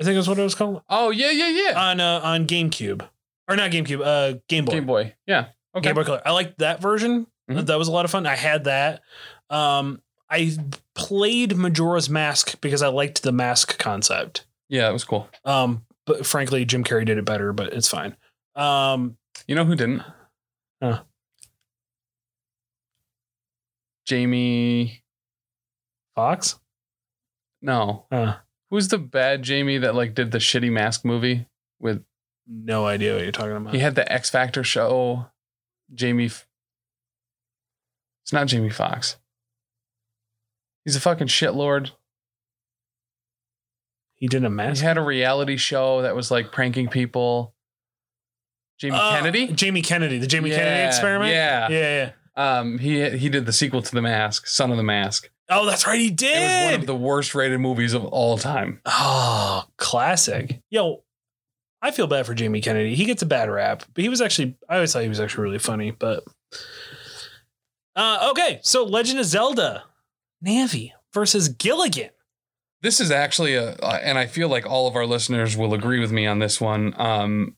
Speaker 2: I think that's what it was called
Speaker 1: Oh, yeah, yeah, yeah.
Speaker 2: on uh, on GameCube or not GameCube, uh, Game Boy.
Speaker 1: Game Boy. Yeah. Okay.
Speaker 2: Game Boy Color. I liked that version.
Speaker 1: Mhm.
Speaker 2: That was a lot of fun. I had that. Um, I played Majora's Mask because I liked the mask concept.
Speaker 1: Yeah, it was cool.
Speaker 2: Um, but frankly, Jim Carrey did it better. But it's fine. Um,
Speaker 1: You know who didn't?
Speaker 2: Huh.
Speaker 1: Jamie.
Speaker 2: Fox.
Speaker 1: No.
Speaker 2: Huh.
Speaker 1: Who's the bad Jamie that like did the shitty mask movie with
Speaker 2: No idea what you're talking about.
Speaker 1: he had the X Factor show? Jamie F- It's not Jamie Fox. He's a fucking shitlord.
Speaker 2: He did a mask.
Speaker 1: He had a reality show that was like pranking people. Jamie
Speaker 2: Uh,
Speaker 1: Kennedy?
Speaker 2: Jamie Kennedy. The Jamie
Speaker 1: Yeah,
Speaker 2: Kennedy experiment.
Speaker 1: yeah.
Speaker 2: Yeah. Yeah.
Speaker 1: Um he he did the sequel to The Mask, Son of the Mask.
Speaker 2: Oh, that's right. He
Speaker 1: It
Speaker 2: did.
Speaker 1: was one of the worst rated movies of all time.
Speaker 2: Oh, classic. Yo, I feel bad for Jamie Kennedy. He gets a bad rap, but he was actually, I always thought he was actually really funny, but. Uh, okay, so Legend of Zelda, Navi versus Gilligan.
Speaker 1: This is actually a, uh, and I feel like all of our listeners will agree with me on this one. Um,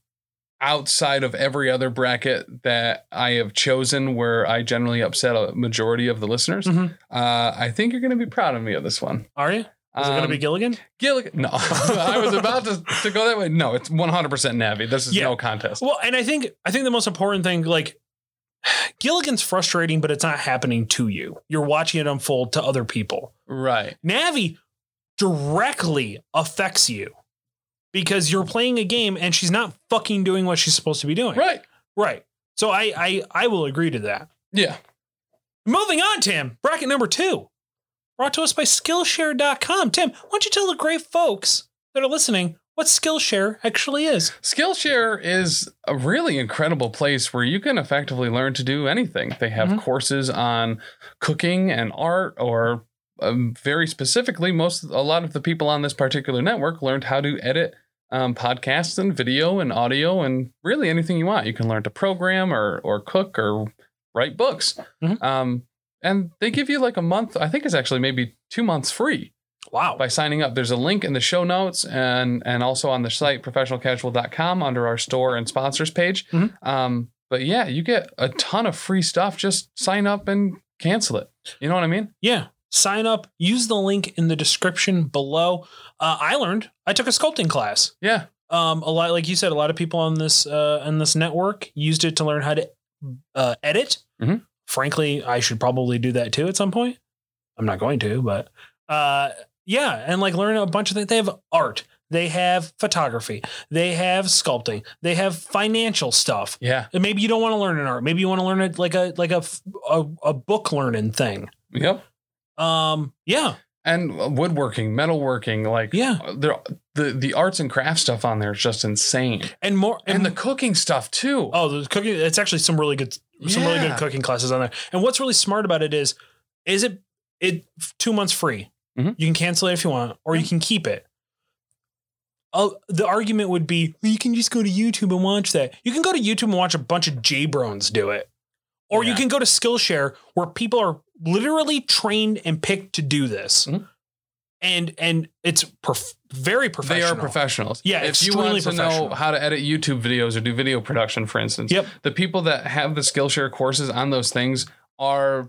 Speaker 1: outside of every other bracket that I have chosen, where I generally upset a majority of the listeners,
Speaker 2: Mhm.
Speaker 1: uh, I think you're going to be proud of me of this one.
Speaker 2: Are you? Is it going to
Speaker 1: Um,
Speaker 2: be Gilligan?
Speaker 1: Gilligan? No, I was about to, to go that way. No, it's 100% Navi. This is
Speaker 2: Yeah.
Speaker 1: no contest.
Speaker 2: Well, and I think I think the most important thing, like Gilligan's frustrating, but it's not happening to you. You're watching it unfold to other people.
Speaker 1: Right.
Speaker 2: Navi directly affects you because you're playing a game and she's not fucking doing what she's supposed to be doing.
Speaker 1: Right.
Speaker 2: Right. So I I I will agree to that.
Speaker 1: Yeah.
Speaker 2: Moving on, Tim. Bracket number two. Brought to us by Skillshare.com. Tim, why don't you tell the great folks that are listening what Skillshare actually is?
Speaker 1: Skillshare is a really incredible place where you can effectively learn to do anything. They have
Speaker 2: Mhm.
Speaker 1: courses on cooking and art, or um, very specifically, most a lot of the people on this particular network learned how to edit um, podcasts and video and audio and really anything you want. You can learn to program or or cook or write books.
Speaker 2: Mhm.
Speaker 1: Um, and they give you like a month. I think it's actually maybe two months free
Speaker 2: Wow.
Speaker 1: by signing up. There's a link in the show notes and and also on the site professionalcasual.com under our store and sponsors page.
Speaker 2: Mhm.
Speaker 1: Um, but yeah, you get a ton of free stuff. Just sign up and cancel it. You know what I mean?
Speaker 2: Yeah. Sign up. Use the link in the description below. Uh, I learned. I took a sculpting class.
Speaker 1: Yeah,
Speaker 2: Um, a lot, like you said, a lot of people on this uh, on this network used it to learn how to uh, edit.
Speaker 1: Mhm.
Speaker 2: Frankly, I should probably do that too at some point. I'm not going to, but uh, yeah, and like learn a bunch of things. They have art. They have photography. They have sculpting. They have financial stuff.
Speaker 1: yeah,
Speaker 2: And maybe you don't want to learn an art. Maybe you want to learn it like a like a f- a, a book learning thing.
Speaker 1: yep.
Speaker 2: Um, yeah,
Speaker 1: And woodworking, metalworking, like
Speaker 2: yeah.
Speaker 1: there the the arts and craft stuff on there is just insane.
Speaker 2: and more
Speaker 1: And, the cooking stuff too.
Speaker 2: oh the cooking it's actually some really good some really
Speaker 1: Yeah.
Speaker 2: good cooking classes on there and what's really smart about it is is it it two months free
Speaker 1: Mhm.
Speaker 2: you can cancel it if you want or you can keep it Oh, the argument would be well, you can just go to YouTube and watch that. You can go to YouTube and watch a bunch of J-Brons do it, Or you
Speaker 1: Yeah.
Speaker 2: can go to Skillshare where people are literally trained and picked to do this.
Speaker 1: Mhm.
Speaker 2: And and it's prof- very
Speaker 1: They
Speaker 2: professional.
Speaker 1: are professionals.
Speaker 2: Yeah,
Speaker 1: if you
Speaker 2: extremely
Speaker 1: want to know
Speaker 2: professional.
Speaker 1: how to edit YouTube videos or do video production, for instance,
Speaker 2: Yep.
Speaker 1: the people that have the Skillshare courses on those things are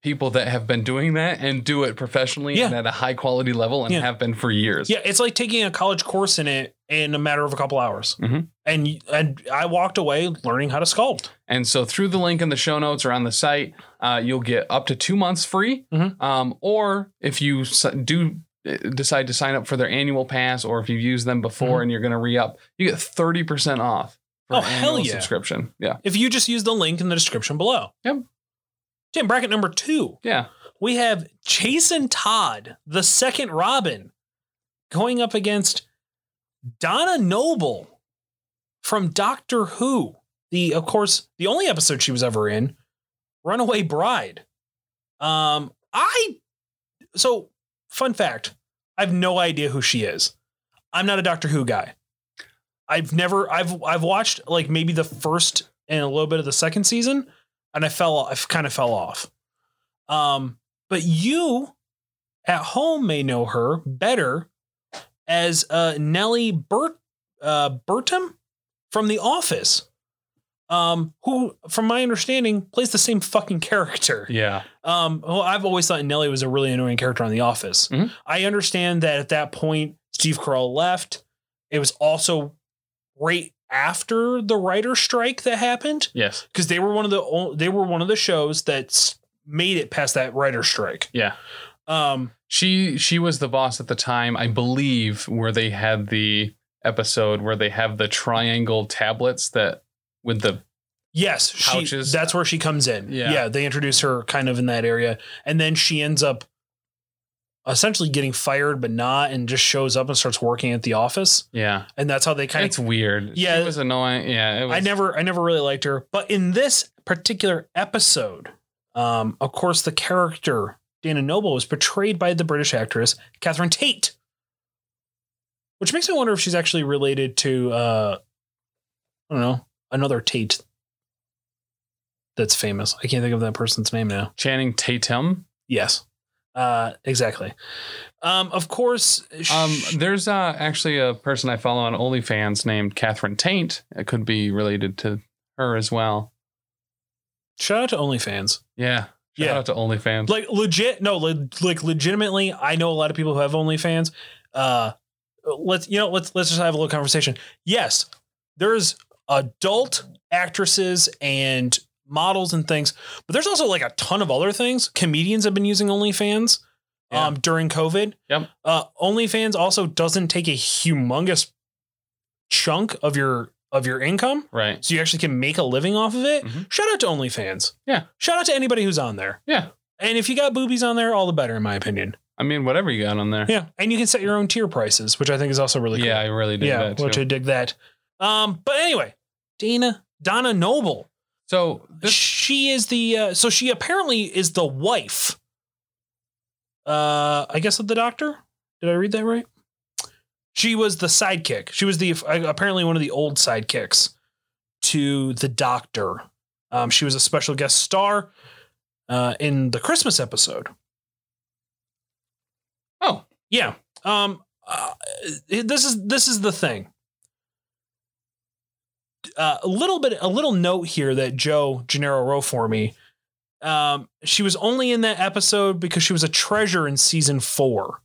Speaker 1: people that have been doing that and do it professionally
Speaker 2: Yeah.
Speaker 1: and at a high quality level and
Speaker 2: Yeah.
Speaker 1: have been for years.
Speaker 2: Yeah, it's like taking a college course in it in a matter of a couple hours.
Speaker 1: Mhm.
Speaker 2: And and I walked away learning how to sculpt.
Speaker 1: And so through the link in the show notes or on the site, uh, you'll get up to two months free.
Speaker 2: Mhm.
Speaker 1: Um, or if you s- do uh, decide to sign up for their annual pass, or if you've used them before and you're going to re up, you get 30% off for
Speaker 2: Mm-hmm. Oh,
Speaker 1: an
Speaker 2: hell
Speaker 1: annual
Speaker 2: yeah.
Speaker 1: subscription. Yeah.
Speaker 2: If you just use the link in the description below.
Speaker 1: Yep.
Speaker 2: Jim, bracket number two,
Speaker 1: Yeah.
Speaker 2: we have Jason Todd, the second Robin, going up against Donna Noble from Doctor Who. The, of course, the only episode she was ever in, Runaway Bride. Um, I so fun fact, I have no idea who she is. I'm not a Doctor Who guy. I've never I've I've watched like maybe the first and a little bit of the second season, and I fell off, I kind of fell off. Um, but you at home may know her better as uh, Nellie Burt uh, Burtum from The Office, um, who, from my understanding, plays the same fucking character.
Speaker 1: Yeah.
Speaker 2: Um, well, I've always thought Nelly was a really annoying character on The Office.
Speaker 1: Mhm.
Speaker 2: I understand that at that point, Steve Carell left. It was also right after the writer strike that happened
Speaker 1: Yes.
Speaker 2: because they were one of the o- they were one of the shows that s- made it past that writer strike.
Speaker 1: Yeah.
Speaker 2: Um,
Speaker 1: She she was the boss at the time, I believe, where they had the episode where they have the triangle tablets that with the
Speaker 2: yes, she,
Speaker 1: Pouches.
Speaker 2: that's where she comes in.
Speaker 1: Yeah.
Speaker 2: yeah, they introduce her kind of in that area, and then she ends up essentially getting fired, but not, and just shows up and starts working at the office,
Speaker 1: yeah.
Speaker 2: and that's how they kind of
Speaker 1: It's weird.
Speaker 2: Yeah.
Speaker 1: She was annoying. Yeah. It was,
Speaker 2: I never I never really liked her, but in this particular episode, um, of course, the character Dana Noble was portrayed by the British actress Catherine Tate, which makes me wonder if she's actually related to uh, I don't know another Tate that's famous. I can't think of that person's name now.
Speaker 1: Channing Tatum.
Speaker 2: Yes, uh, exactly. Um, of course, sh-
Speaker 1: Um, there's uh, actually a person I follow on OnlyFans named Catherine Taint. It could be related to her as well.
Speaker 2: shout out to OnlyFans.
Speaker 1: Yeah. Shout
Speaker 2: Yeah.
Speaker 1: out to OnlyFans.
Speaker 2: like legit no le- like legitimately i know a lot of people who have onlyfans uh let's you know let's let's just have a little conversation yes there's adult actresses and models and things but there's also like a ton of other things comedians have been using onlyfans
Speaker 1: Yeah.
Speaker 2: um during covid
Speaker 1: Yep.
Speaker 2: uh onlyfans also doesn't take a humongous chunk of your of your income
Speaker 1: Right.
Speaker 2: so you actually can make a living off of it.
Speaker 1: Mhm.
Speaker 2: Shout out to OnlyFans.
Speaker 1: Yeah.
Speaker 2: Shout out to anybody who's on there.
Speaker 1: Yeah.
Speaker 2: And if you got boobies on there, all the better, in my opinion.
Speaker 1: I mean, whatever you got on there.
Speaker 2: Yeah. And you can set your own tier prices, which I think is also really
Speaker 1: yeah,
Speaker 2: cool.
Speaker 1: I really did
Speaker 2: yeah.
Speaker 1: that too.
Speaker 2: Which I dig that. Um, but anyway, Dana Donna Noble.
Speaker 1: so this,
Speaker 2: she is the uh, so she apparently is the wife. Uh, I guess of the doctor. Did I read that right? She was the sidekick. She was the uh, apparently one of the old sidekicks to the doctor. Um, she was a special guest star uh, in the Christmas episode.
Speaker 1: Oh.
Speaker 2: yeah. Um, uh, this is this is the thing. Uh, a little bit, a little note here that Joe Gennaro wrote for me. Um, she was only in that episode because she was a treasure in season four.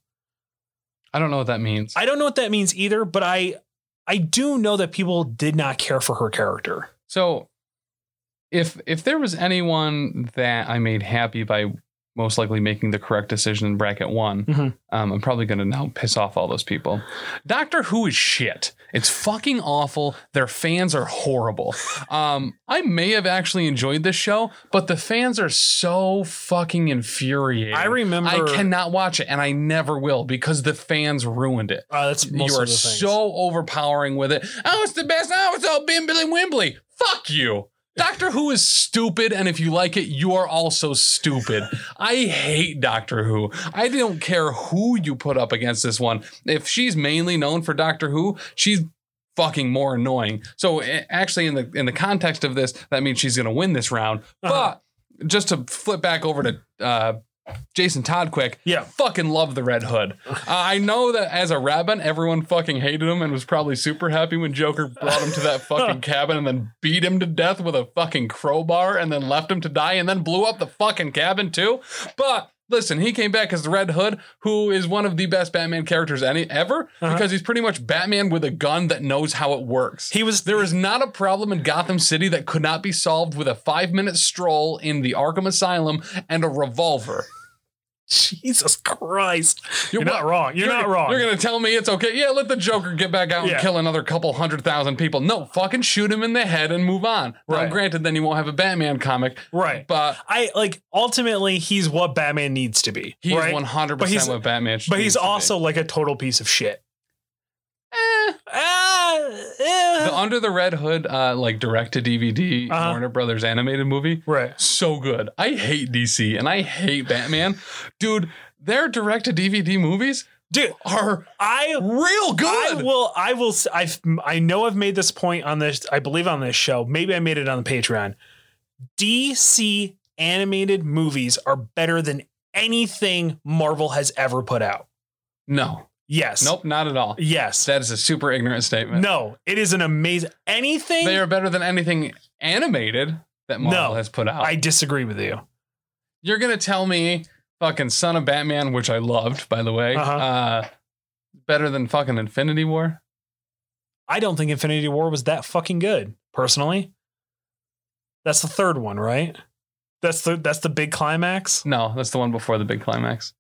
Speaker 1: I don't know what that means.
Speaker 2: I don't know what that means either, but I I do know that people did not care for her character.
Speaker 1: So if if there was anyone that I made happy by most likely making the correct decision in bracket one,
Speaker 2: Mhm.
Speaker 1: um, I'm probably gonna now piss off all those people. Doctor Who is shit. It's fucking awful. Their fans are horrible. Um, I may have actually enjoyed this show, but the fans are so fucking infuriating.
Speaker 2: I remember.
Speaker 1: I cannot watch it, and I never will because the fans ruined it.
Speaker 2: Uh, that's most
Speaker 1: you
Speaker 2: of
Speaker 1: are
Speaker 2: the things.
Speaker 1: so overpowering with it. Oh, it's the best. Oh, it's all Bimbly Wimbly. Fuck you. Doctor Who is stupid, and if you like it, you are also stupid. I hate Doctor Who. I don't care who you put up against this one. If she's mainly known for Doctor Who, she's fucking more annoying. So a- actually, in the in the context of this, that means she's gonna win this round.
Speaker 2: Uh-huh.
Speaker 1: But just to flip back over to uh, Jason Todd, quick,
Speaker 2: Yeah.
Speaker 1: fucking love the Red Hood. Uh, I know that as a rabbit, everyone fucking hated him and was probably super happy when Joker brought him to that fucking cabin and then beat him to death with a fucking crowbar and then left him to die and then blew up the fucking cabin too. But listen, he came back as the Red Hood, who is one of the best Batman characters any ever
Speaker 2: Uh-huh.
Speaker 1: because he's pretty much Batman with a gun that knows how it works.
Speaker 2: He was
Speaker 1: There is not a problem in Gotham City that could not be solved with a five minute stroll in the Arkham Asylum and a revolver.
Speaker 2: Jesus Christ. You're,
Speaker 1: You're
Speaker 2: not wrong. You're, not wrong.
Speaker 1: You're gonna tell me it's okay. Yeah, let the Joker get back out
Speaker 2: Yeah.
Speaker 1: and kill another couple hundred thousand people. No, fucking shoot him in the head and move on.
Speaker 2: Right.
Speaker 1: Now, granted, then you won't have a Batman comic,
Speaker 2: right.
Speaker 1: but
Speaker 2: I like ultimately he's what Batman needs to be.
Speaker 1: he's
Speaker 2: right?
Speaker 1: one hundred
Speaker 2: But he's-
Speaker 1: percent what Batman.
Speaker 2: but
Speaker 1: needs
Speaker 2: he's
Speaker 1: to be.
Speaker 2: also like a total piece of shit.
Speaker 1: Eh.
Speaker 2: Ah, eh.
Speaker 1: the Under the Red Hood, uh, like direct to DVD
Speaker 2: Uh-huh.
Speaker 1: Warner Brothers animated movie.
Speaker 2: right.
Speaker 1: so good. I hate DC and I hate Batman. Dude, their direct to DVD movies
Speaker 2: Dude,
Speaker 1: are
Speaker 2: I
Speaker 1: real
Speaker 2: I
Speaker 1: good.
Speaker 2: will I will I I know I've made this point on this I believe on this show. Maybe I made it on the Patreon. DC animated movies are better than anything Marvel has ever put out.
Speaker 1: No,
Speaker 2: Yes.
Speaker 1: nope, not at all.
Speaker 2: Yes.
Speaker 1: That is a super ignorant statement.
Speaker 2: No, it is an amazing anything.
Speaker 1: They are better than anything animated that Marvel
Speaker 2: No.
Speaker 1: has put out.
Speaker 2: I disagree with you.
Speaker 1: You're going to tell me fucking Son of Batman, which I loved, by the way,
Speaker 2: Uh-huh.
Speaker 1: uh, better than fucking Infinity War?
Speaker 2: I don't think Infinity War was that fucking good, personally. That's the third one, right? That's the that's the big climax.
Speaker 1: No, that's the one before the big climax.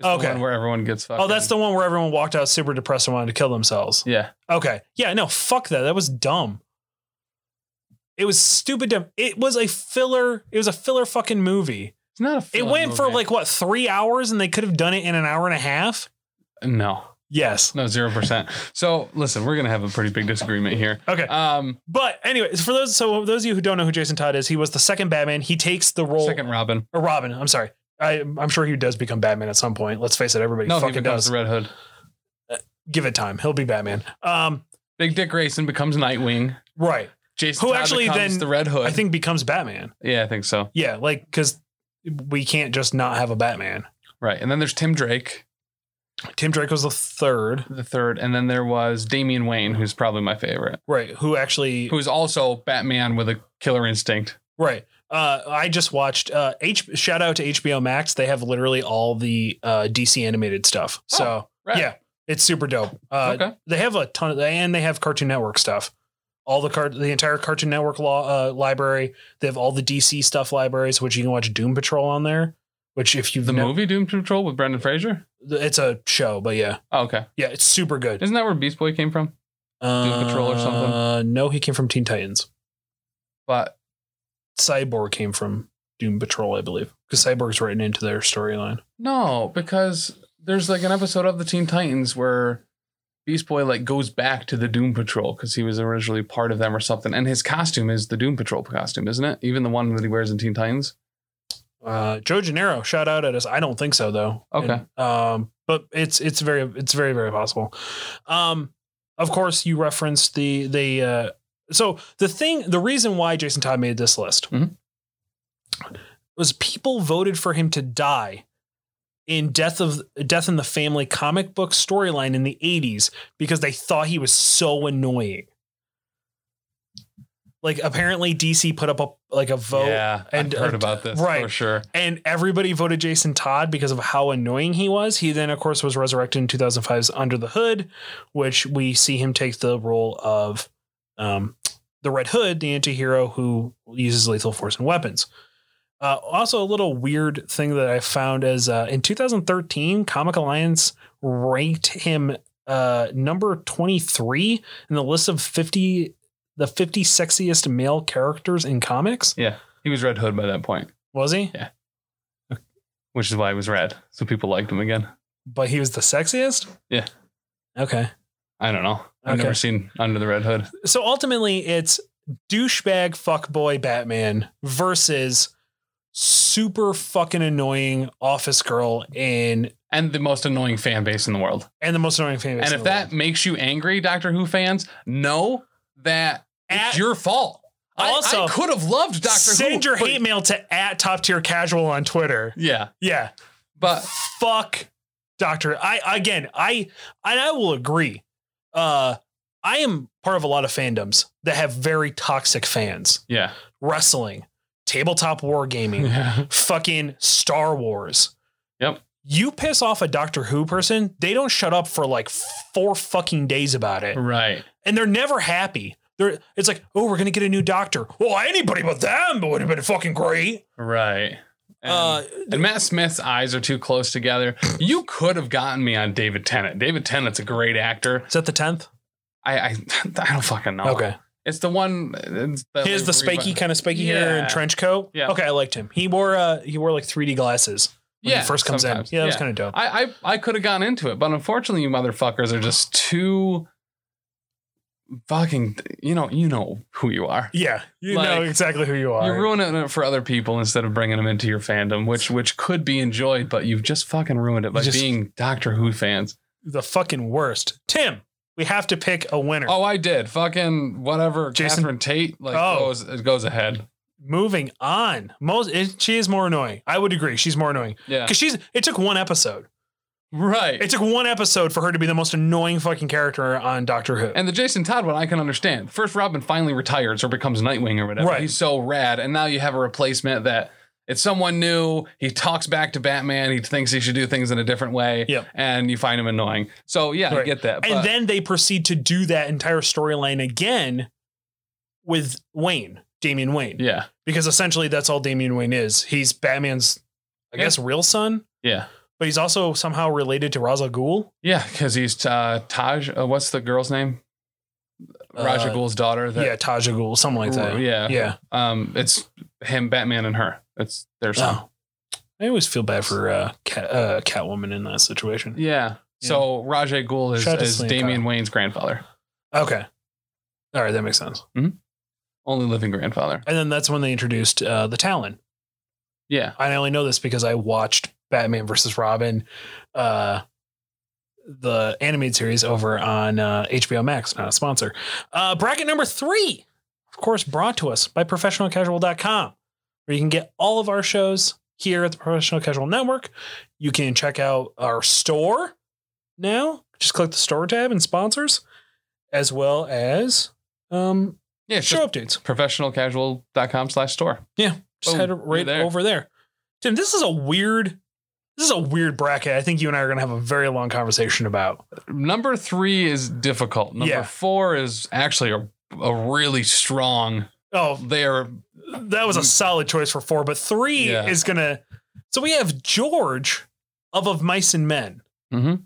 Speaker 1: It's
Speaker 2: Okay.
Speaker 1: the one where everyone gets fucking.
Speaker 2: Oh, that's the one where everyone walked out super depressed and wanted to kill themselves.
Speaker 1: Yeah.
Speaker 2: Okay. Yeah, no, fuck that. That was dumb. It was stupid dumb. It was a filler. It was a filler fucking movie.
Speaker 1: It's not a
Speaker 2: It
Speaker 1: filler
Speaker 2: went for
Speaker 1: movie.
Speaker 2: like what, 3 hours and they could have done it in an hour and a half?
Speaker 1: No.
Speaker 2: Yes.
Speaker 1: No, zero percent. So listen, we're gonna have a pretty big disagreement here.
Speaker 2: Okay.
Speaker 1: Um,
Speaker 2: But anyway, for those so those of you who don't know who Jason Todd is, he was the second Batman. He takes the role
Speaker 1: second Robin.
Speaker 2: or Robin. I'm sorry. I, I'm sure he does become Batman at some point. Let's face it, everybody
Speaker 1: No, he
Speaker 2: fucking
Speaker 1: becomes
Speaker 2: does.
Speaker 1: the Red Hood.
Speaker 2: Give it time. He'll be Batman. Um,
Speaker 1: Big Dick Grayson becomes Nightwing.
Speaker 2: right.
Speaker 1: Jason
Speaker 2: Who
Speaker 1: Todd
Speaker 2: actually
Speaker 1: becomes
Speaker 2: then-
Speaker 1: the Red Hood.
Speaker 2: I think becomes Batman.
Speaker 1: yeah, I think so.
Speaker 2: Yeah, like because we can't just not have a Batman.
Speaker 1: Right, and then there's Tim Drake,
Speaker 2: Tim Drake was the third,
Speaker 1: the third, and then there was Damian Wayne, who's probably my favorite,
Speaker 2: right? Who actually,
Speaker 1: who's also Batman with a killer instinct.
Speaker 2: right? Uh, I just watched. Uh, H. Shout out to HBO Max. They have literally all the uh, DC animated stuff. So
Speaker 1: Right.
Speaker 2: Yeah. It's super dope. Uh,
Speaker 1: Oh. Okay.
Speaker 2: They have a ton of, and they have Cartoon Network stuff. All the cart, the entire Cartoon Network law uh, library. They have all the DC stuff libraries, which you can watch Doom Patrol on there. Which, if you've
Speaker 1: The
Speaker 2: nev-
Speaker 1: movie Doom Patrol with Brendan Fraser.
Speaker 2: it's a show, but yeah,
Speaker 1: Oh, okay.
Speaker 2: yeah, it's super good.
Speaker 1: Isn't that where Beast Boy came from?
Speaker 2: Doom
Speaker 1: Patrol or something?
Speaker 2: Uh, no, he came from Teen Titans.
Speaker 1: But
Speaker 2: Cyborg came from Doom Patrol, I believe, because Cyborg's written into their storyline.
Speaker 1: no, because there's like an episode of the Teen Titans where Beast Boy like goes back to the Doom Patrol because he was originally part of them or something, and his costume is the Doom Patrol costume, isn't it? Even the one that he wears in Teen Titans.
Speaker 2: Uh, Joe Gennaro, shout out at us. I don't think so though.
Speaker 1: Okay.
Speaker 2: And, um, but it's it's very it's very very possible. Um, of course, you referenced the the uh, so the thing the reason why Jason Todd made this list
Speaker 1: Mhm.
Speaker 2: was people voted for him to die in death of death in the family comic book storyline in the 80s because they thought he was so annoying like apparently dc put up a like a vote
Speaker 1: yeah, and
Speaker 2: and-
Speaker 1: uh, I've heard about this
Speaker 2: right.
Speaker 1: for sure.
Speaker 2: and everybody voted Jason Todd because of how annoying he was. He then, of course, was resurrected in 2005's Under the Hood, which we see him take the role of um, the Red Hood, the anti-hero who uses lethal force and weapons. Uh, also, a little weird thing that I found is uh, in 2013, Comic Alliance ranked him uh, number 23 in the list of 50 the 50 sexiest male characters in comics.
Speaker 1: He was Red Hood by that point,
Speaker 2: Was he?
Speaker 1: which is why he was red. So people liked him again.
Speaker 2: but he was the sexiest.
Speaker 1: Yeah.
Speaker 2: Okay.
Speaker 1: I don't know. I've
Speaker 2: Okay.
Speaker 1: never seen Under the Red Hood.
Speaker 2: So ultimately, it's douchebag fuckboy Batman versus super fucking annoying office girl in
Speaker 1: and the most annoying fan base in the world.
Speaker 2: and the most annoying fan base.
Speaker 1: and
Speaker 2: in
Speaker 1: if
Speaker 2: the
Speaker 1: that
Speaker 2: world.
Speaker 1: makes you angry, Doctor Who fans, know that
Speaker 2: At-
Speaker 1: it's your fault. I- I,
Speaker 2: Also,
Speaker 1: could have loved Doctor Who.
Speaker 2: send your
Speaker 1: but-
Speaker 2: hate mail to at top tier casual on Twitter.
Speaker 1: Yeah,
Speaker 2: Yeah,
Speaker 1: but
Speaker 2: fuck Doctor. I again, I and I will agree. Uh, I am part of a lot of fandoms that have very toxic fans.
Speaker 1: yeah,
Speaker 2: Wrestling, tabletop wargaming,
Speaker 1: yeah,
Speaker 2: fucking Star Wars.
Speaker 1: Yep.
Speaker 2: You piss off a Doctor Who person, they don't shut up for like four fucking days about it.
Speaker 1: right.
Speaker 2: And they're never happy. They're it's like, oh, we're gonna get a new doctor. Well, anybody but them would have been fucking great.
Speaker 1: Right. And,
Speaker 2: Uh,
Speaker 1: and Matt Smith's eyes are too close together. You could have gotten me on David Tennant. David Tennant's a great actor.
Speaker 2: Is that the tenth?
Speaker 1: I I, I don't fucking know.
Speaker 2: Okay.
Speaker 1: It's the one. It's
Speaker 2: He has the spiky kind of spiky hair
Speaker 1: Yeah.
Speaker 2: and trench coat.
Speaker 1: Yeah.
Speaker 2: Okay, I liked him. He wore uh he wore like 3D glasses when
Speaker 1: yeah,
Speaker 2: he first comes
Speaker 1: sometimes.
Speaker 2: in. Yeah, that was
Speaker 1: Yeah.
Speaker 2: kind of dope.
Speaker 1: I I, I could have gone into it, but unfortunately, you motherfuckers are just too fucking. You know, you know who you are.
Speaker 2: yeah, you
Speaker 1: Like,
Speaker 2: know exactly who you are.
Speaker 1: You're ruining it for other people instead of bringing them into your fandom, which which could be enjoyed, but you've just fucking ruined it by
Speaker 2: Just-
Speaker 1: being Doctor Who fans.
Speaker 2: the fucking worst. Tim, we have to pick a winner.
Speaker 1: Oh, I did. Fucking whatever.
Speaker 2: Jason-
Speaker 1: Catherine Tate like
Speaker 2: Oh.
Speaker 1: goes it goes ahead.
Speaker 2: Moving on. Most it, she is more annoying. I would agree. She's more annoying
Speaker 1: Yeah.
Speaker 2: because she's. It took one episode.
Speaker 1: Right.
Speaker 2: It took one episode for her to be the most annoying fucking character on Doctor Who.
Speaker 1: and the Jason Todd one, I can understand. First, Robin finally retires or becomes Nightwing or whatever.
Speaker 2: Right.
Speaker 1: He's so rad, and now you have a replacement that it's someone new. He talks back to Batman. He thinks he should do things in a different way.
Speaker 2: Yep.
Speaker 1: And you find him annoying. So yeah, I
Speaker 2: Right.
Speaker 1: get that.
Speaker 2: and
Speaker 1: but-
Speaker 2: then they proceed to do that entire storyline again with Wayne, Damian Wayne,
Speaker 1: yeah,
Speaker 2: because essentially that's all Damian Wayne is. He's Batman's, I
Speaker 1: Yeah.
Speaker 2: guess, real son,
Speaker 1: yeah,
Speaker 2: but he's also somehow related to Ra's al Ghul.
Speaker 1: yeah, because he's uh, Taj. Uh, what's the girl's name? Raja
Speaker 2: Uh,
Speaker 1: Ghul's daughter. That,
Speaker 2: yeah, Taj al Ghul, something like that.
Speaker 1: Yeah.
Speaker 2: yeah.
Speaker 1: Um, it's him, Batman, and her. It's their son.
Speaker 2: Oh. I always feel bad for uh, cat, uh, Catwoman in that situation.
Speaker 1: Yeah.
Speaker 2: Yeah.
Speaker 1: So Raja Ghul is,
Speaker 2: Shout out to
Speaker 1: is
Speaker 2: Selena
Speaker 1: Damian Wayne's grandfather,
Speaker 2: Okay. All right, that makes sense.
Speaker 1: only living grandfather.
Speaker 2: And then that's when they introduced uh, the Talon.
Speaker 1: Yeah.
Speaker 2: I only know this because I watched Batman versus Robin, uh, the animated series over on uh, HBO Max, not a sponsor. Uh, bracket number three, of course, brought to us by professionalcasual.com, where you can get all of our shows here at the Professional Casual Network. You can check out our store now. Just click the store tab and sponsors, as well as um,
Speaker 1: Yeah. It's just
Speaker 2: show updates.
Speaker 1: professionalcasual.com slash store.
Speaker 2: Just
Speaker 1: Boom,
Speaker 2: head
Speaker 1: you're
Speaker 2: right
Speaker 1: there.
Speaker 2: over there. Tim, this is a weird this is a weird bracket. I think you and I are gonna have a very long conversation about.
Speaker 1: Number three is difficult. Number
Speaker 2: Yeah.
Speaker 1: four is actually a, a really strong.
Speaker 2: Oh,
Speaker 1: They are
Speaker 2: that was a solid choice for four, but three
Speaker 1: Mm. Yeah.
Speaker 2: is gonna So we have George of Of Mice and Men
Speaker 1: mhm.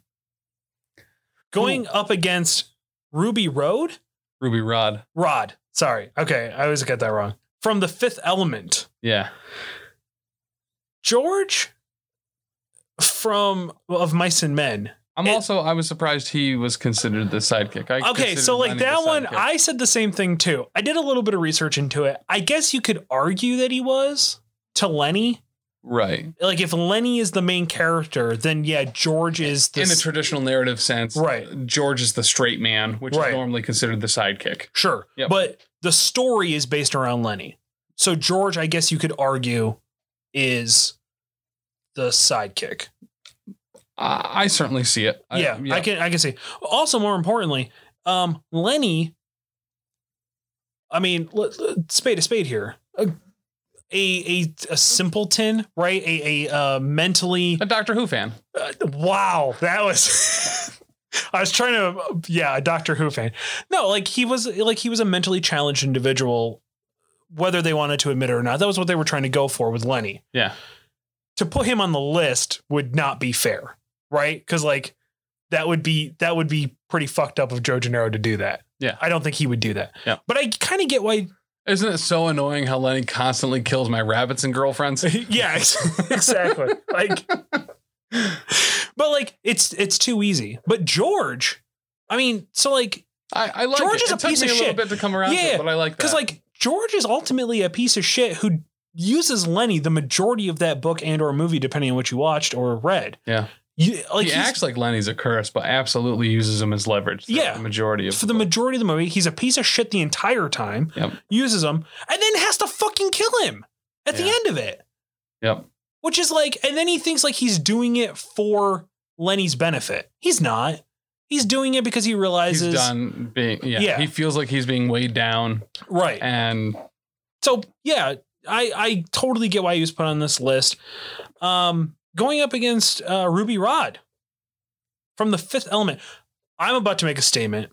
Speaker 2: going up against Ruby Road?
Speaker 1: Ruby Rod.
Speaker 2: Rod. Sorry. Okay, I always get that wrong. From the fifth element.
Speaker 1: Yeah.
Speaker 2: George from of mice and men
Speaker 1: I'm
Speaker 2: It-
Speaker 1: also, I was surprised he was considered the sidekick. I
Speaker 2: Okay,
Speaker 1: considered
Speaker 2: so like
Speaker 1: Lenny the
Speaker 2: that one,
Speaker 1: sidekick.
Speaker 2: I said the same thing too. I did a little bit of research into it. I guess you could argue that he was to Lenny.
Speaker 1: Right.
Speaker 2: Like if Lenny is the main character, then yeah, George is the,
Speaker 1: In the traditional narrative sense,
Speaker 2: right.
Speaker 1: George is the straight man, which
Speaker 2: Right.
Speaker 1: is normally considered the sidekick.
Speaker 2: Sure,
Speaker 1: Yep.
Speaker 2: but the story is based around Lenny. So George, I guess you could argue, is the sidekick.
Speaker 1: I, I certainly see it.
Speaker 2: yeah, I can I can see. Also, more importantly, um, Lenny. I mean, let, let- spade a spade here. A a a, a simpleton, right? A a uh, mentally.
Speaker 1: A Doctor Who fan.
Speaker 2: Uh, wow, that was. I was trying to, yeah, a Doctor Who fan. No, like he was, like he was a mentally challenged individual, whether they wanted to admit it or not. That was what they were trying to go for with Lenny
Speaker 1: Yeah.
Speaker 2: to put him on the list would not be fair, right? Because like that would be that would be pretty fucked up of Joe Gennaro to do that.
Speaker 1: Yeah.
Speaker 2: I don't think he would do that.
Speaker 1: Yeah.
Speaker 2: but I kind of get why.
Speaker 1: Isn't it so annoying how Lenny constantly kills my rabbits and girlfriends?
Speaker 2: yeah, ex- exactly. like, but like it's it's too easy. But George, I mean, so like
Speaker 1: I, I like
Speaker 2: George
Speaker 1: it.
Speaker 2: is
Speaker 1: It
Speaker 2: a
Speaker 1: took
Speaker 2: piece
Speaker 1: me
Speaker 2: of
Speaker 1: a little
Speaker 2: shit.
Speaker 1: bit to come around to
Speaker 2: Yeah,
Speaker 1: it, but I like that.
Speaker 2: because like George is ultimately a piece of shit who uses Lenny the majority of that book and or movie, depending on what you watched or read.
Speaker 1: Yeah.
Speaker 2: You, like
Speaker 1: he
Speaker 2: he's-
Speaker 1: acts like Lenny's a curse, but absolutely uses him as leverage. throughout
Speaker 2: Yeah.
Speaker 1: the majority of
Speaker 2: for the majority of the movie, he's a piece of shit the entire time.
Speaker 1: Yep.
Speaker 2: Uses him and then has to fucking kill him at the
Speaker 1: Yeah.
Speaker 2: end of it,
Speaker 1: Yep.
Speaker 2: which is like, and then he thinks like he's doing it for Lenny's benefit. He's not. He's doing it because he
Speaker 1: He's
Speaker 2: realizes
Speaker 1: done being. Yeah,
Speaker 2: Yeah.
Speaker 1: He feels like he's being weighed down,
Speaker 2: right.
Speaker 1: and
Speaker 2: so yeah, I I totally get why he was put on this list. Um, going up against uh, Ruby Rod from the Fifth Element, I'm about to make a statement.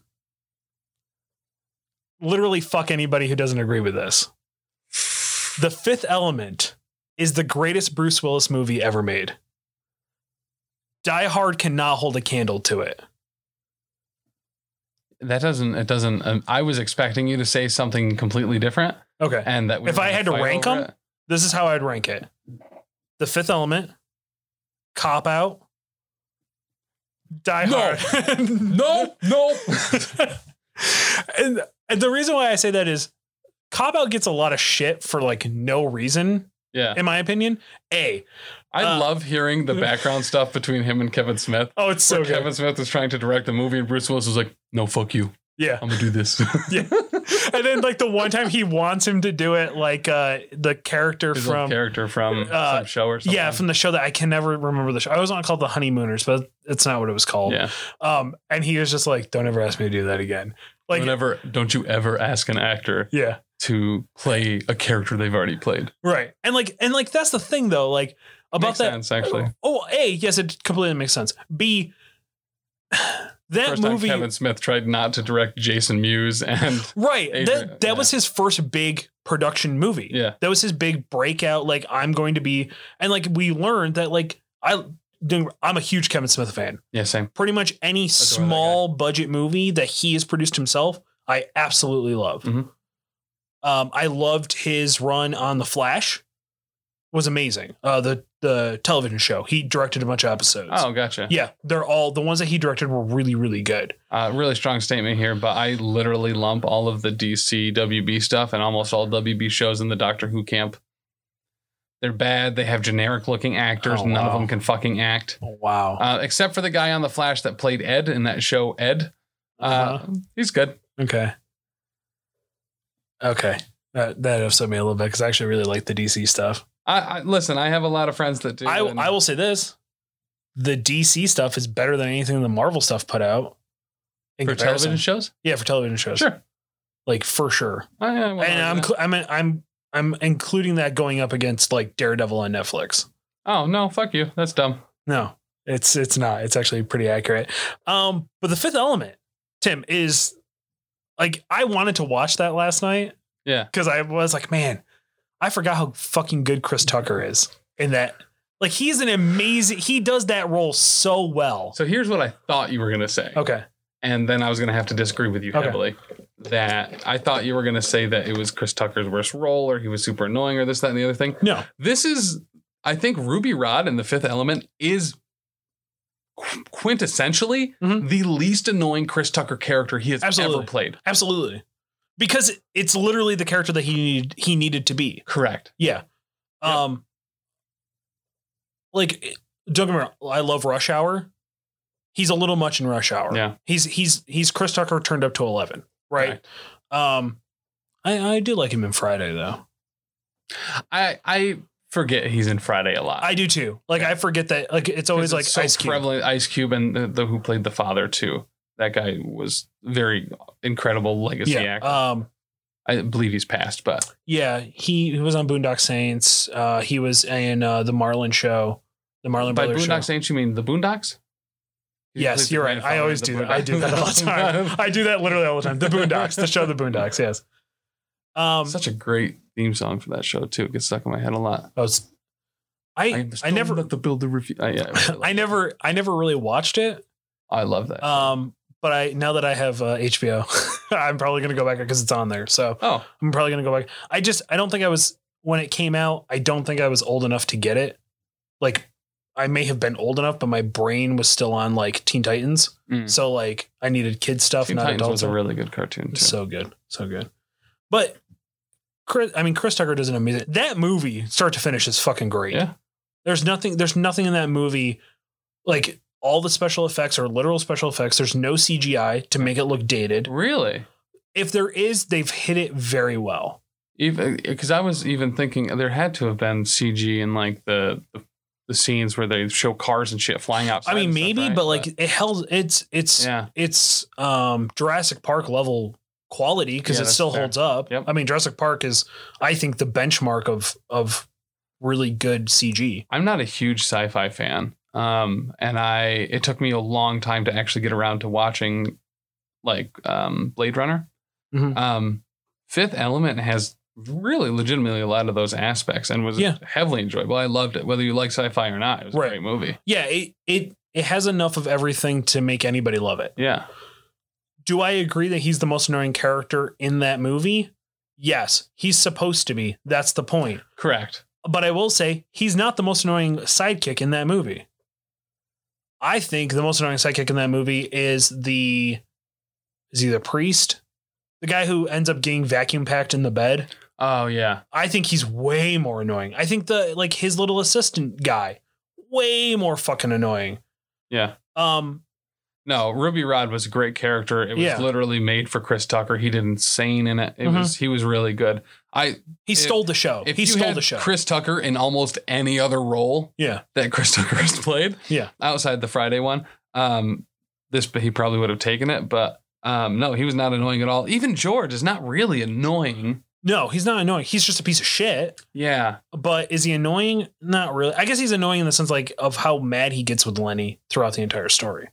Speaker 2: Literally, fuck anybody who doesn't agree with this. The Fifth Element is the greatest Bruce Willis movie ever made. Die Hard cannot hold a candle to it.
Speaker 1: that doesn't. It doesn't. Um, I was expecting you to say something completely different,
Speaker 2: Okay.
Speaker 1: and that we
Speaker 2: If
Speaker 1: were
Speaker 2: I
Speaker 1: gonna
Speaker 2: had to
Speaker 1: fight
Speaker 2: rank
Speaker 1: over
Speaker 2: 'em? this is how I'd rank it. The fifth element, cop out, die
Speaker 1: No.
Speaker 2: hard.
Speaker 1: it. No, no.
Speaker 2: and, and the reason why I say that is cop out gets a lot of shit for like no reason,
Speaker 1: yeah,
Speaker 2: in my opinion. A.
Speaker 1: I
Speaker 2: Uh,
Speaker 1: love hearing the background stuff between him and Kevin Smith.
Speaker 2: Oh, it's so
Speaker 1: where
Speaker 2: good.
Speaker 1: Kevin Smith was trying to direct the movie, and Bruce Willis was like, "No, fuck you.
Speaker 2: yeah.
Speaker 1: I'm gonna do this."
Speaker 2: Yeah. and then like the one time he wants him to do it, like uh the character
Speaker 1: His
Speaker 2: from
Speaker 1: old character from
Speaker 2: uh,
Speaker 1: some show or something.
Speaker 2: Yeah, from the show that I can never remember the show. I was on it called The Honeymooners, but it's not what it was called.
Speaker 1: yeah.
Speaker 2: Um, and he was just like, "Don't ever ask me to do that again." Like,
Speaker 1: don't ever, don't you ever ask an actor
Speaker 2: yeah,
Speaker 1: to play a character they've already played.
Speaker 2: right. And like, and like, that's the thing though. Like about
Speaker 1: Makes
Speaker 2: that.
Speaker 1: sense, actually.
Speaker 2: Oh, a yes, it completely makes sense. B that
Speaker 1: First
Speaker 2: movie,
Speaker 1: time Kevin Smith tried not to direct Jason Mewes, and
Speaker 2: right?
Speaker 1: Adrian,
Speaker 2: that that was his first big production movie.
Speaker 1: Yeah.
Speaker 2: that was his big breakout. Like, I'm going to be, and like we learned that like I. I'm a huge Kevin Smith fan.
Speaker 1: yeah, same.
Speaker 2: Pretty much any
Speaker 1: that guy.
Speaker 2: small budget movie that he has produced himself, I absolutely love.
Speaker 1: Mhm.
Speaker 2: Um, I loved his run on The Flash. Was amazing. Uh, the the television show he directed a bunch of episodes.
Speaker 1: Oh, gotcha.
Speaker 2: yeah, they're all the ones that he directed were really really good.
Speaker 1: Uh, really strong statement here, but I literally lump all of the DC WB stuff and almost all WB shows in the Doctor Who camp. They're bad. They have generic looking actors.
Speaker 2: Oh,
Speaker 1: None of
Speaker 2: wow.
Speaker 1: them can fucking act,
Speaker 2: Oh, wow.
Speaker 1: uh, except for the guy on the Flash that played Ed in that show. Ed, uh,
Speaker 2: Uh-huh.
Speaker 1: he's good.
Speaker 2: okay. Okay. That that upset me a little bit because I actually really like the DC stuff.
Speaker 1: I, I listen. I have a lot of friends that do.
Speaker 2: I
Speaker 1: and-
Speaker 2: I will say this: the DC stuff is better than anything the Marvel stuff put out. In
Speaker 1: for
Speaker 2: comparison.
Speaker 1: television shows.
Speaker 2: yeah, for television shows,
Speaker 1: Sure.
Speaker 2: like for sure.
Speaker 1: Oh, yeah, well,
Speaker 2: and I'm
Speaker 1: yeah.
Speaker 2: cl- I'm I'm I'm including that going up against like Daredevil on Netflix.
Speaker 1: oh no, fuck you. That's dumb.
Speaker 2: No, it's it's not. It's actually pretty accurate. Um, but the Fifth Element, Tim, is like I wanted to watch that last night.
Speaker 1: Yeah.
Speaker 2: because I was like, man, I forgot how fucking good Chris Tucker is in that. Like he's an amazing. He does that role so well.
Speaker 1: So here's what I thought you were gonna say,
Speaker 2: Okay.
Speaker 1: and then I was gonna have to disagree with you
Speaker 2: Okay.
Speaker 1: heavily. That I thought you were gonna say that it was Chris Tucker's worst role, or he was super annoying, or this, that, and the other thing.
Speaker 2: No.
Speaker 1: This is, I think, Ruby Rod and The Fifth Element is qu- quintessentially
Speaker 2: Mhm.
Speaker 1: the least annoying Chris Tucker character he has
Speaker 2: Absolutely.
Speaker 1: ever played.
Speaker 2: Absolutely. Because it's literally the character that he needed, he needed to be.
Speaker 1: Correct.
Speaker 2: Yeah.
Speaker 1: Yeah.
Speaker 2: Um like don't get me wrong, I love Rush Hour. He's a little much in Rush Hour.
Speaker 1: Yeah.
Speaker 2: He's he's he's Chris Tucker turned up to eleven. Right. Um I, I do like him in Friday though.
Speaker 1: I I forget he's in Friday a lot.
Speaker 2: I do too. Like I forget that like it's always like
Speaker 1: Because it's
Speaker 2: Ice Cube.
Speaker 1: prevalent Ice Cube and the, the who played the father too. That guy was very incredible legacy
Speaker 2: Yeah.
Speaker 1: actor.
Speaker 2: Um
Speaker 1: I believe he's passed, but
Speaker 2: yeah, he, he was on Boondock Saints. Uh he was in uh the Marlin show. The Marlin
Speaker 1: by
Speaker 2: Brothers show.
Speaker 1: Boondock Saints you mean the Boondocks? He
Speaker 2: Yes,
Speaker 1: played
Speaker 2: you're
Speaker 1: the
Speaker 2: right. I
Speaker 1: grandfather
Speaker 2: always
Speaker 1: in the
Speaker 2: do that. I do that all the time. I do that literally all the time. The Boondocks, the show The Boondocks. Yes. Um,
Speaker 1: Such a great theme song for that show too. It gets stuck in my head a lot.
Speaker 2: I was- I
Speaker 1: am
Speaker 2: I
Speaker 1: still
Speaker 2: never
Speaker 1: not the builder review. I, yeah, I, really
Speaker 2: I
Speaker 1: like
Speaker 2: never I never really watched it.
Speaker 1: that. I love that.
Speaker 2: Um, but I now that I have uh, HBO, I'm probably gonna go back because it's on there. So
Speaker 1: oh,
Speaker 2: I'm probably gonna go back. I just I don't think I was when it came out. I don't think I was old enough to get it. Like I may have been old enough, but my brain was still on like Teen Titans.
Speaker 1: mm.
Speaker 2: So like I needed kid stuff,
Speaker 1: Teen
Speaker 2: not
Speaker 1: Titans
Speaker 2: adult
Speaker 1: was
Speaker 2: stuff.
Speaker 1: a really good cartoon too.
Speaker 2: So good, so good. But Chris, I mean, Chris Tucker does an amazing. That movie, start to finish, is fucking great.
Speaker 1: Yeah.
Speaker 2: There's nothing. There's nothing in that movie Like all the special effects are literal special effects. There's no CGI to make it look dated.
Speaker 1: Really?
Speaker 2: If there is, they've hit it very well.
Speaker 1: Even because I was even thinking there had to have been CG in like the the, the scenes where they show cars and shit flying out.
Speaker 2: I mean, maybe, but like it held it's it's
Speaker 1: yeah,
Speaker 2: it's um Jurassic Park level quality because
Speaker 1: Yeah,
Speaker 2: it
Speaker 1: that's
Speaker 2: still
Speaker 1: fair.
Speaker 2: holds up.
Speaker 1: Yep.
Speaker 2: I mean, Jurassic Park is, I think, the benchmark of of really good CG.
Speaker 1: I'm not a huge sci-fi fan, um, and I it took me a long time to actually get around to watching like um, Blade Runner.
Speaker 2: Mhm.
Speaker 1: Um, Fifth Element has really legitimately a lot of those aspects and was
Speaker 2: Yeah.
Speaker 1: heavily enjoyable. I loved it, whether you like sci-fi or not. It was
Speaker 2: Right.
Speaker 1: a great movie.
Speaker 2: Yeah, it it it has enough of everything to make anybody love it.
Speaker 1: Yeah,
Speaker 2: Do I agree that he's the most annoying character in that movie? Yes, he's supposed to be. That's the point.
Speaker 1: correct.
Speaker 2: But I will say he's not the most annoying sidekick in that movie. I think the most annoying sidekick in that movie is the is he the priest? The guy who ends up getting vacuum packed in the bed.
Speaker 1: Oh yeah,
Speaker 2: I think he's way more annoying. I think the like his little assistant guy, way more fucking annoying.
Speaker 1: yeah.
Speaker 2: Um,
Speaker 1: No, Ruby Rod was a great character. It was
Speaker 2: Yeah. Mm-hmm.
Speaker 1: literally made for Chris Tucker. He did insane in it. It was he was really good. I
Speaker 2: he
Speaker 1: If-
Speaker 2: stole the show.
Speaker 1: if
Speaker 2: He
Speaker 1: you
Speaker 2: stole
Speaker 1: had
Speaker 2: the show.
Speaker 1: Chris Tucker in almost any other role
Speaker 2: yeah,
Speaker 1: that Chris Tucker has played,
Speaker 2: Yeah.
Speaker 1: outside the Friday one, um, this he probably would have taken it. But um, no, he was not annoying at all. Even George is not really annoying.
Speaker 2: no, he's not annoying. He's just a piece of shit.
Speaker 1: Yeah,
Speaker 2: But is he annoying? Not really. I guess he's annoying in the sense like of how mad he gets with Lenny throughout the entire story.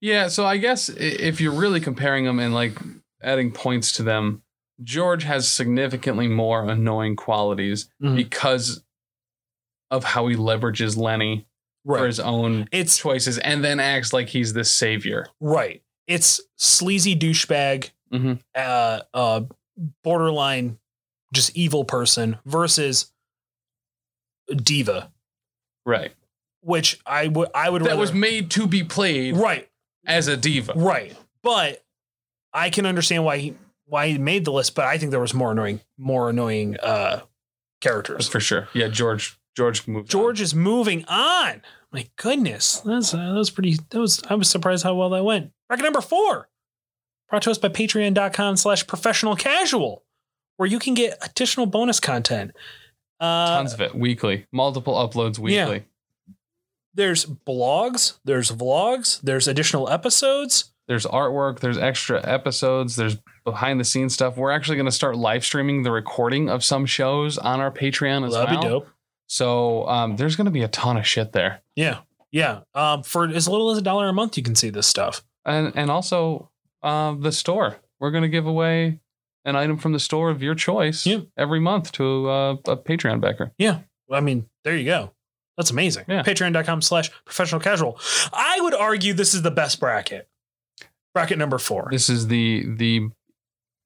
Speaker 1: yeah. So I guess i- if you're really comparing them and like adding points to them, George has significantly more annoying qualities
Speaker 2: Mm-hmm.
Speaker 1: because of how he leverages Lenny for
Speaker 2: Right.
Speaker 1: his own
Speaker 2: It's
Speaker 1: choices and then acts like he's this savior.
Speaker 2: right. It's sleazy douchebag,
Speaker 1: Mhm.
Speaker 2: uh, uh, borderline, just evil person versus diva,
Speaker 1: Right.
Speaker 2: which I would I would
Speaker 1: That
Speaker 2: rather
Speaker 1: was made to be played
Speaker 2: right.
Speaker 1: as a diva.
Speaker 2: Right. But I can understand why he why he made the list, but I think there was more annoying more annoying uh characters.
Speaker 1: For sure. Yeah, George George moved. on.
Speaker 2: George is moving on. My goodness. That's uh, that was pretty that was I was surprised how well that went. Bracket number four. Brought to us by patreon.com slash professional casual, where you can get additional bonus content. Uh
Speaker 1: tons of it weekly. Multiple uploads
Speaker 2: Yeah.
Speaker 1: weekly.
Speaker 2: there's blogs, there's vlogs, there's additional episodes.
Speaker 1: There's artwork, there's extra episodes, there's behind the scenes stuff. We're actually going to start live streaming the recording of some shows on our Patreon as
Speaker 2: That'd
Speaker 1: well.
Speaker 2: be dope.
Speaker 1: So, um, there's going to be a ton of shit there.
Speaker 2: Yeah. Yeah. Um, for as little as a dollar a month, you can see this stuff.
Speaker 1: and and also um, the store. We're gonna give away an item from the store of your choice
Speaker 2: Yeah.
Speaker 1: every month to uh, a Patreon backer.
Speaker 2: I mean, there you go. That's amazing.
Speaker 1: Yeah.
Speaker 2: Patreon.com slash professional casual. I would argue this is the best bracket. Bracket number four.
Speaker 1: This is the the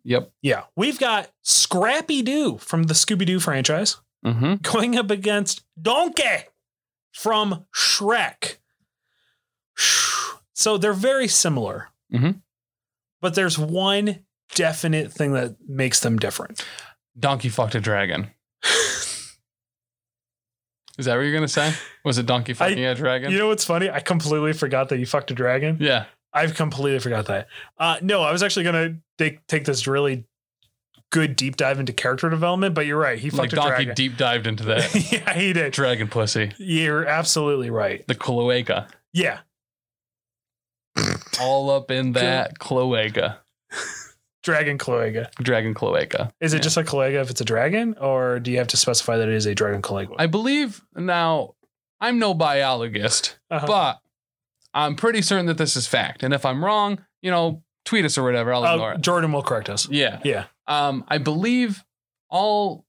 Speaker 1: yep.
Speaker 2: Yeah. We've got Scrappy Doo from the Scooby Doo franchise
Speaker 1: Mm-hmm.
Speaker 2: going up against Donkey from Shrek. So they're very similar.
Speaker 1: Mhm.
Speaker 2: But there's one definite thing that makes them different.
Speaker 1: Donkey fucked a dragon. is that what you're gonna say? Was it donkey fucking a dragon?
Speaker 2: You know what's funny? I completely forgot that you fucked a dragon.
Speaker 1: yeah.
Speaker 2: I've completely forgot that. Uh, no, I was actually gonna take take this really good deep dive into character development, but you're right. He
Speaker 1: Like
Speaker 2: fucked a
Speaker 1: donkey
Speaker 2: dragon.
Speaker 1: deep dived into that
Speaker 2: yeah, he did.
Speaker 1: dragon pussy.
Speaker 2: You're absolutely right.
Speaker 1: The cloaca.
Speaker 2: Yeah,
Speaker 1: All up in that cloaca.
Speaker 2: dragon cloaca.
Speaker 1: Dragon cloaca.
Speaker 2: Is it
Speaker 1: Yeah.
Speaker 2: just a cloaca if it's a dragon, or do you have to specify that it is a dragon cloaca?
Speaker 1: I believe now I'm no biologist.
Speaker 2: Uh-huh.
Speaker 1: but I'm pretty certain that this is fact. And if I'm wrong, you know, tweet us or whatever. I'll
Speaker 2: Uh,
Speaker 1: ignore it.
Speaker 2: Jordan will correct us.
Speaker 1: Yeah.
Speaker 2: Yeah.
Speaker 1: Um, I believe all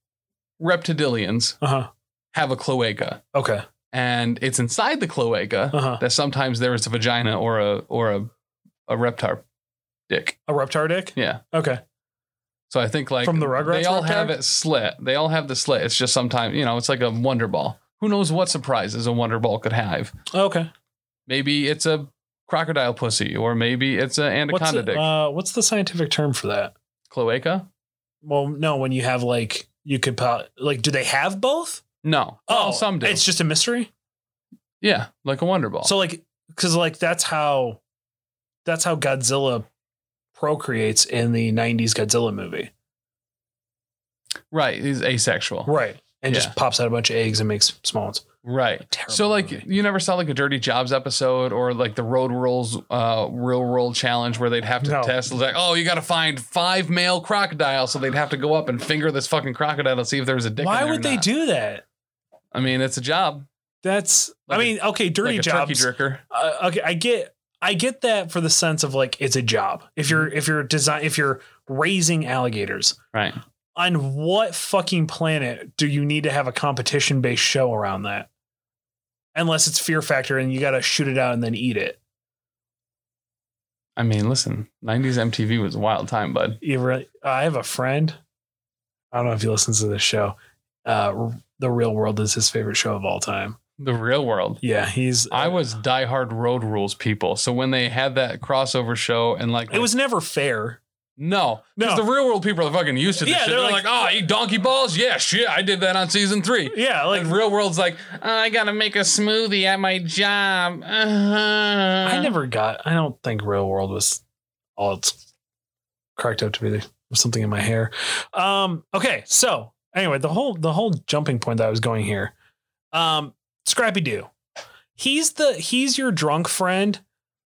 Speaker 1: reptilians
Speaker 2: Uh huh.
Speaker 1: have a cloaca,
Speaker 2: Okay.
Speaker 1: and it's inside the cloaca
Speaker 2: Uh huh.
Speaker 1: that sometimes there is a vagina or a or a a reptar dick.
Speaker 2: A reptar dick.
Speaker 1: Yeah.
Speaker 2: Okay.
Speaker 1: So I think like
Speaker 2: From the Rugrats
Speaker 1: they all
Speaker 2: reptar?
Speaker 1: have it slit. They all have the slit. It's just sometimes you know it's like a wonder ball. Who knows what surprises a wonder ball could have?
Speaker 2: Okay.
Speaker 1: Maybe it's a crocodile pussy, or maybe it's an
Speaker 2: What's
Speaker 1: anaconda
Speaker 2: the,
Speaker 1: dick.
Speaker 2: uh, what's the scientific term for that?
Speaker 1: cloaca?
Speaker 2: Well, no. When you have like you could po- like, do they have both?
Speaker 1: No. Oh, some do.
Speaker 2: Oh,
Speaker 1: Oh.
Speaker 2: it's just a mystery.
Speaker 1: yeah, like a wonder ball.
Speaker 2: So like because like that's how that's how Godzilla procreates in the 90s Godzilla movie.
Speaker 1: Right. He's asexual.
Speaker 2: Right. And
Speaker 1: Oh. Yeah.
Speaker 2: just pops out a bunch of eggs and makes small ones.
Speaker 1: Right.
Speaker 2: Terrible
Speaker 1: So like
Speaker 2: movie.
Speaker 1: you never saw like a Dirty Jobs episode or like the Road Rules uh real world challenge where they'd have to
Speaker 2: No.
Speaker 1: test like oh you got to find five male crocodiles so they'd have to go up and finger this fucking crocodile to see if there was a dick.
Speaker 2: Why
Speaker 1: in there or
Speaker 2: would they
Speaker 1: not.
Speaker 2: do that?
Speaker 1: I mean, it's a job.
Speaker 2: That's
Speaker 1: Like
Speaker 2: I
Speaker 1: a-
Speaker 2: mean, okay, dirty
Speaker 1: like a
Speaker 2: jobs.
Speaker 1: turkey jerker.
Speaker 2: uh, okay, I get I get that for the sense of like it's a job. If you're
Speaker 1: Mm-hmm.
Speaker 2: if you're design if you're raising alligators,
Speaker 1: Right.
Speaker 2: on what fucking planet do you need to have a competition based show around that? Unless it's Fear Factor and you got to shoot it out and then eat it.
Speaker 1: I mean, listen, 90s MTV was a wild time, bud.
Speaker 2: You really, I have a friend. I don't know if he listens to this show. Uh, the Real World is his favorite show of all time.
Speaker 1: The real world.
Speaker 2: Yeah, he's.
Speaker 1: I was diehard road rules people. So when they had that crossover show and like
Speaker 2: It was never fair.
Speaker 1: no,
Speaker 2: No.
Speaker 1: because the real world people are fucking used to this
Speaker 2: Yeah,
Speaker 1: shit.
Speaker 2: they're
Speaker 1: They're,
Speaker 2: like-
Speaker 1: like, oh, I eat donkey balls. Yeah, shit, I did that on season three.
Speaker 2: Yeah, like
Speaker 1: and real world's like, "Oh, I gotta make a smoothie at my job. Uh-huh.
Speaker 2: I never got. I don't think Real World was all it's cracked up to be. There was something in my hair. Um. Okay. So anyway, the whole the whole jumping point that I was going here. Um. Scrappy Doo. He's the he's your drunk friend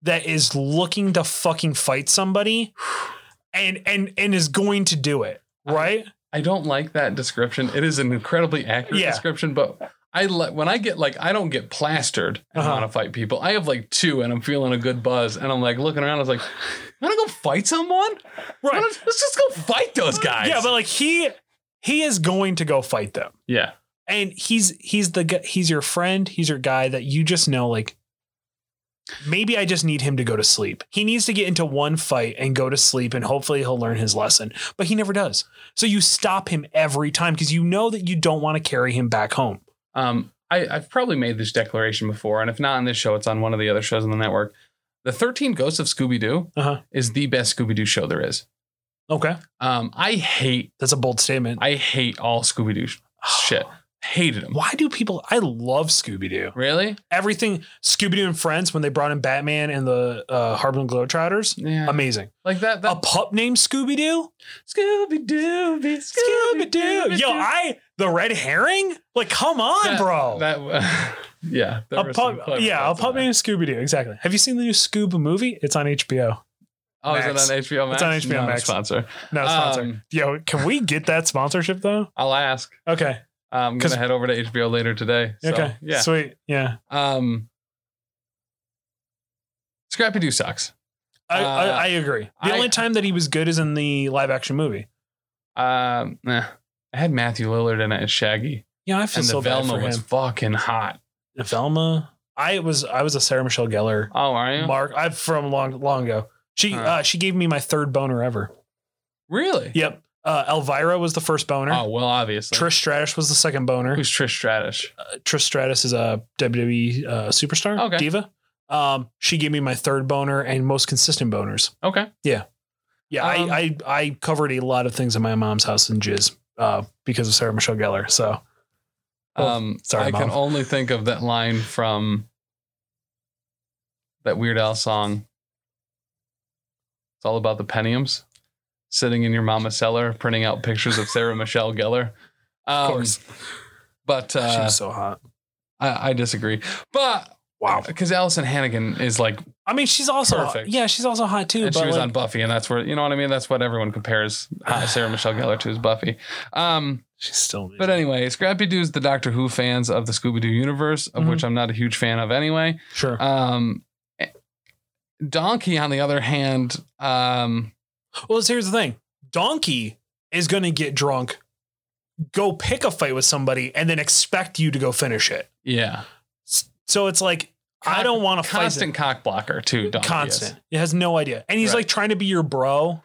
Speaker 2: that is looking to fucking fight somebody, and and and is going to do it right.
Speaker 1: I don't like that description. It is an incredibly accurate
Speaker 2: Yeah.
Speaker 1: description, but I le- when I get like I don't get plastered and
Speaker 2: Uh-huh.
Speaker 1: want to fight people. I have like two, and I'm feeling a good buzz, and I'm like looking around. I was like, I want to go fight someone.
Speaker 2: Right.
Speaker 1: Why don't- Let's just go fight those guys.
Speaker 2: Yeah, but like he he is going to go fight them.
Speaker 1: yeah,
Speaker 2: and he's he's the gu- he's your friend he's your guy that you just know like maybe i just need him to go to sleep he needs to get into one fight and go to sleep and hopefully he'll learn his lesson but he never does so you stop him every time because you know that you don't want to carry him back home
Speaker 1: um, I, I've probably made this declaration before, and if not on this show, it's on one of the other shows on the network. The 13 Ghosts of Scooby Doo
Speaker 2: Uh-huh.
Speaker 1: is the best Scooby Doo show there is.
Speaker 2: okay
Speaker 1: Um, I hate,
Speaker 2: that's a bold statement
Speaker 1: I hate all Scooby Doo shit. Hated them.
Speaker 2: why do people i love scooby-doo
Speaker 1: Really?
Speaker 2: everything scooby-doo and friends when they brought in batman and the uh, harlem globetrotters
Speaker 1: Yeah.
Speaker 2: amazing
Speaker 1: like that. that
Speaker 2: a pup named scooby-doo
Speaker 1: Scooby Doo, Scooby
Speaker 2: Scooby Doo. Yo, I the red herring. Like, come on, bro.
Speaker 1: That, yeah, there
Speaker 2: a
Speaker 1: were some
Speaker 2: pup,
Speaker 1: clever
Speaker 2: yeah, a
Speaker 1: thoughts in
Speaker 2: pup
Speaker 1: there.
Speaker 2: named Scooby Doo. Exactly. Have you seen the new Scoob movie? It's on HBO.
Speaker 1: Oh, is it
Speaker 2: Max.
Speaker 1: on HBO Max?
Speaker 2: It's on HBO
Speaker 1: Not a
Speaker 2: Max.
Speaker 1: Sponsor.
Speaker 2: No sponsor.
Speaker 1: Um,
Speaker 2: Yo, can we get that sponsorship though?
Speaker 1: I'll ask.
Speaker 2: Okay.
Speaker 1: I'm
Speaker 2: 'Cause-
Speaker 1: gonna head over to HBO later today. So,
Speaker 2: Okay.
Speaker 1: Yeah.
Speaker 2: Sweet. Yeah.
Speaker 1: Um. Scrappy Doo sucks.
Speaker 2: I, I,
Speaker 1: Uh,
Speaker 2: I agree. The
Speaker 1: I-
Speaker 2: only time that he was good is in the live action movie.
Speaker 1: Um. eh. I had Matthew Lillard in it as Shaggy,
Speaker 2: Yeah, I feel
Speaker 1: and the
Speaker 2: so bad
Speaker 1: Velma
Speaker 2: for
Speaker 1: was
Speaker 2: him.
Speaker 1: fucking hot.
Speaker 2: The Velma. I was I was a Sarah Michelle Gellar
Speaker 1: Oh, are you?
Speaker 2: mark. I from long long ago. She
Speaker 1: Huh.
Speaker 2: uh, she gave me my third boner ever.
Speaker 1: really?
Speaker 2: Yep. Uh, Elvira was the first boner.
Speaker 1: Oh well, obviously.
Speaker 2: Trish Uh, Stratus was the second boner.
Speaker 1: Who's Trish Stratus?
Speaker 2: Trish Stratus is a WWE uh, superstar,
Speaker 1: Okay.
Speaker 2: diva. Um, she gave me my third boner and most consistent boners.
Speaker 1: Okay.
Speaker 2: Yeah,
Speaker 1: Um,
Speaker 2: I, I I covered a lot of things in my mom's house in jizz uh, because of Sarah Michelle Gellar. So Oh,
Speaker 1: Um,
Speaker 2: sorry,
Speaker 1: I can
Speaker 2: Mom.
Speaker 1: only think of that line from that Weird Al song. It's all about the Pentiums, sitting in your mama's cellar, printing out pictures of Sarah Michelle Gellar. Um,
Speaker 2: of course,
Speaker 1: but
Speaker 2: she
Speaker 1: uh,
Speaker 2: was so hot.
Speaker 1: I, I disagree. But
Speaker 2: Wow.
Speaker 1: because Allison Hannigan is like,
Speaker 2: I mean, she's also
Speaker 1: Perfect.
Speaker 2: yeah, she's also hot too.
Speaker 1: and
Speaker 2: but
Speaker 1: she was
Speaker 2: like-
Speaker 1: on Buffy, and that's where you know what I mean. That's what everyone compares uh, Sarah Michelle Gellar to is Buffy. Um,
Speaker 2: she's still.
Speaker 1: But anyway, Scrappy Doo's the Doctor Who fans of the Scooby Doo universe, of
Speaker 2: Mhm.
Speaker 1: which I'm not a huge fan of anyway.
Speaker 2: sure.
Speaker 1: Um, Donkey, on the other hand, um,
Speaker 2: well, so here's the thing: Donkey is going to get drunk, go pick a fight with somebody, and then expect you to go finish it.
Speaker 1: yeah,
Speaker 2: So it's like I
Speaker 1: Cock-
Speaker 2: don't want to fight. them.
Speaker 1: constant cock blocker too. Donkey
Speaker 2: constant.
Speaker 1: is.
Speaker 2: He has no idea, and he's
Speaker 1: Right.
Speaker 2: like trying to be your bro.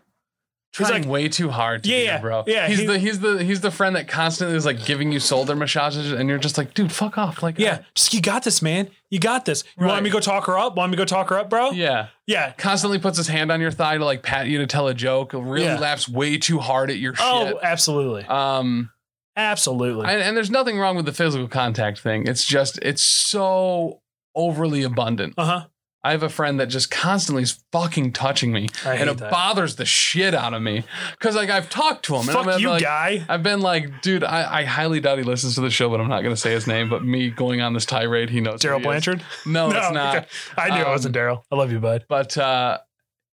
Speaker 2: He's
Speaker 1: Trying
Speaker 2: like,
Speaker 1: way too hard to
Speaker 2: Yeah,
Speaker 1: be
Speaker 2: yeah,
Speaker 1: a bro.
Speaker 2: yeah,
Speaker 1: he's
Speaker 2: he-
Speaker 1: the he's the he's the friend that constantly is like giving you shoulder massages, and you're just like, dude, fuck off. Like,
Speaker 2: yeah, just you got this, man. You got this. You want
Speaker 1: Right.
Speaker 2: me to go talk her up? Want me to go talk her up,
Speaker 1: I-
Speaker 2: bro?
Speaker 1: uh, yeah.
Speaker 2: Yeah.
Speaker 1: Constantly puts his hand on your thigh to like pat you to tell a joke. Really
Speaker 2: Yeah.
Speaker 1: laughs way too hard at your
Speaker 2: Oh,
Speaker 1: shit.
Speaker 2: absolutely,
Speaker 1: Um,
Speaker 2: absolutely.
Speaker 1: And, and there's nothing wrong with the physical contact thing. It's just it's so overly abundant.
Speaker 2: uh huh.
Speaker 1: I have a friend that just constantly is fucking touching me,
Speaker 2: I
Speaker 1: and
Speaker 2: hate
Speaker 1: it
Speaker 2: that.
Speaker 1: bothers the shit out of me. Cause like I've talked to him, and
Speaker 2: Fuck
Speaker 1: I'm
Speaker 2: you,
Speaker 1: like,
Speaker 2: guy.
Speaker 1: I've been like, dude, I, I highly doubt he listens to the show, but I'm not gonna say his name. But me going on this tirade, he knows. who he
Speaker 2: Daryl
Speaker 1: is.
Speaker 2: Blanchard?
Speaker 1: No, it's not.
Speaker 2: okay. I knew it
Speaker 1: Um,
Speaker 2: wasn't Daryl. I love you, bud.
Speaker 1: But uh,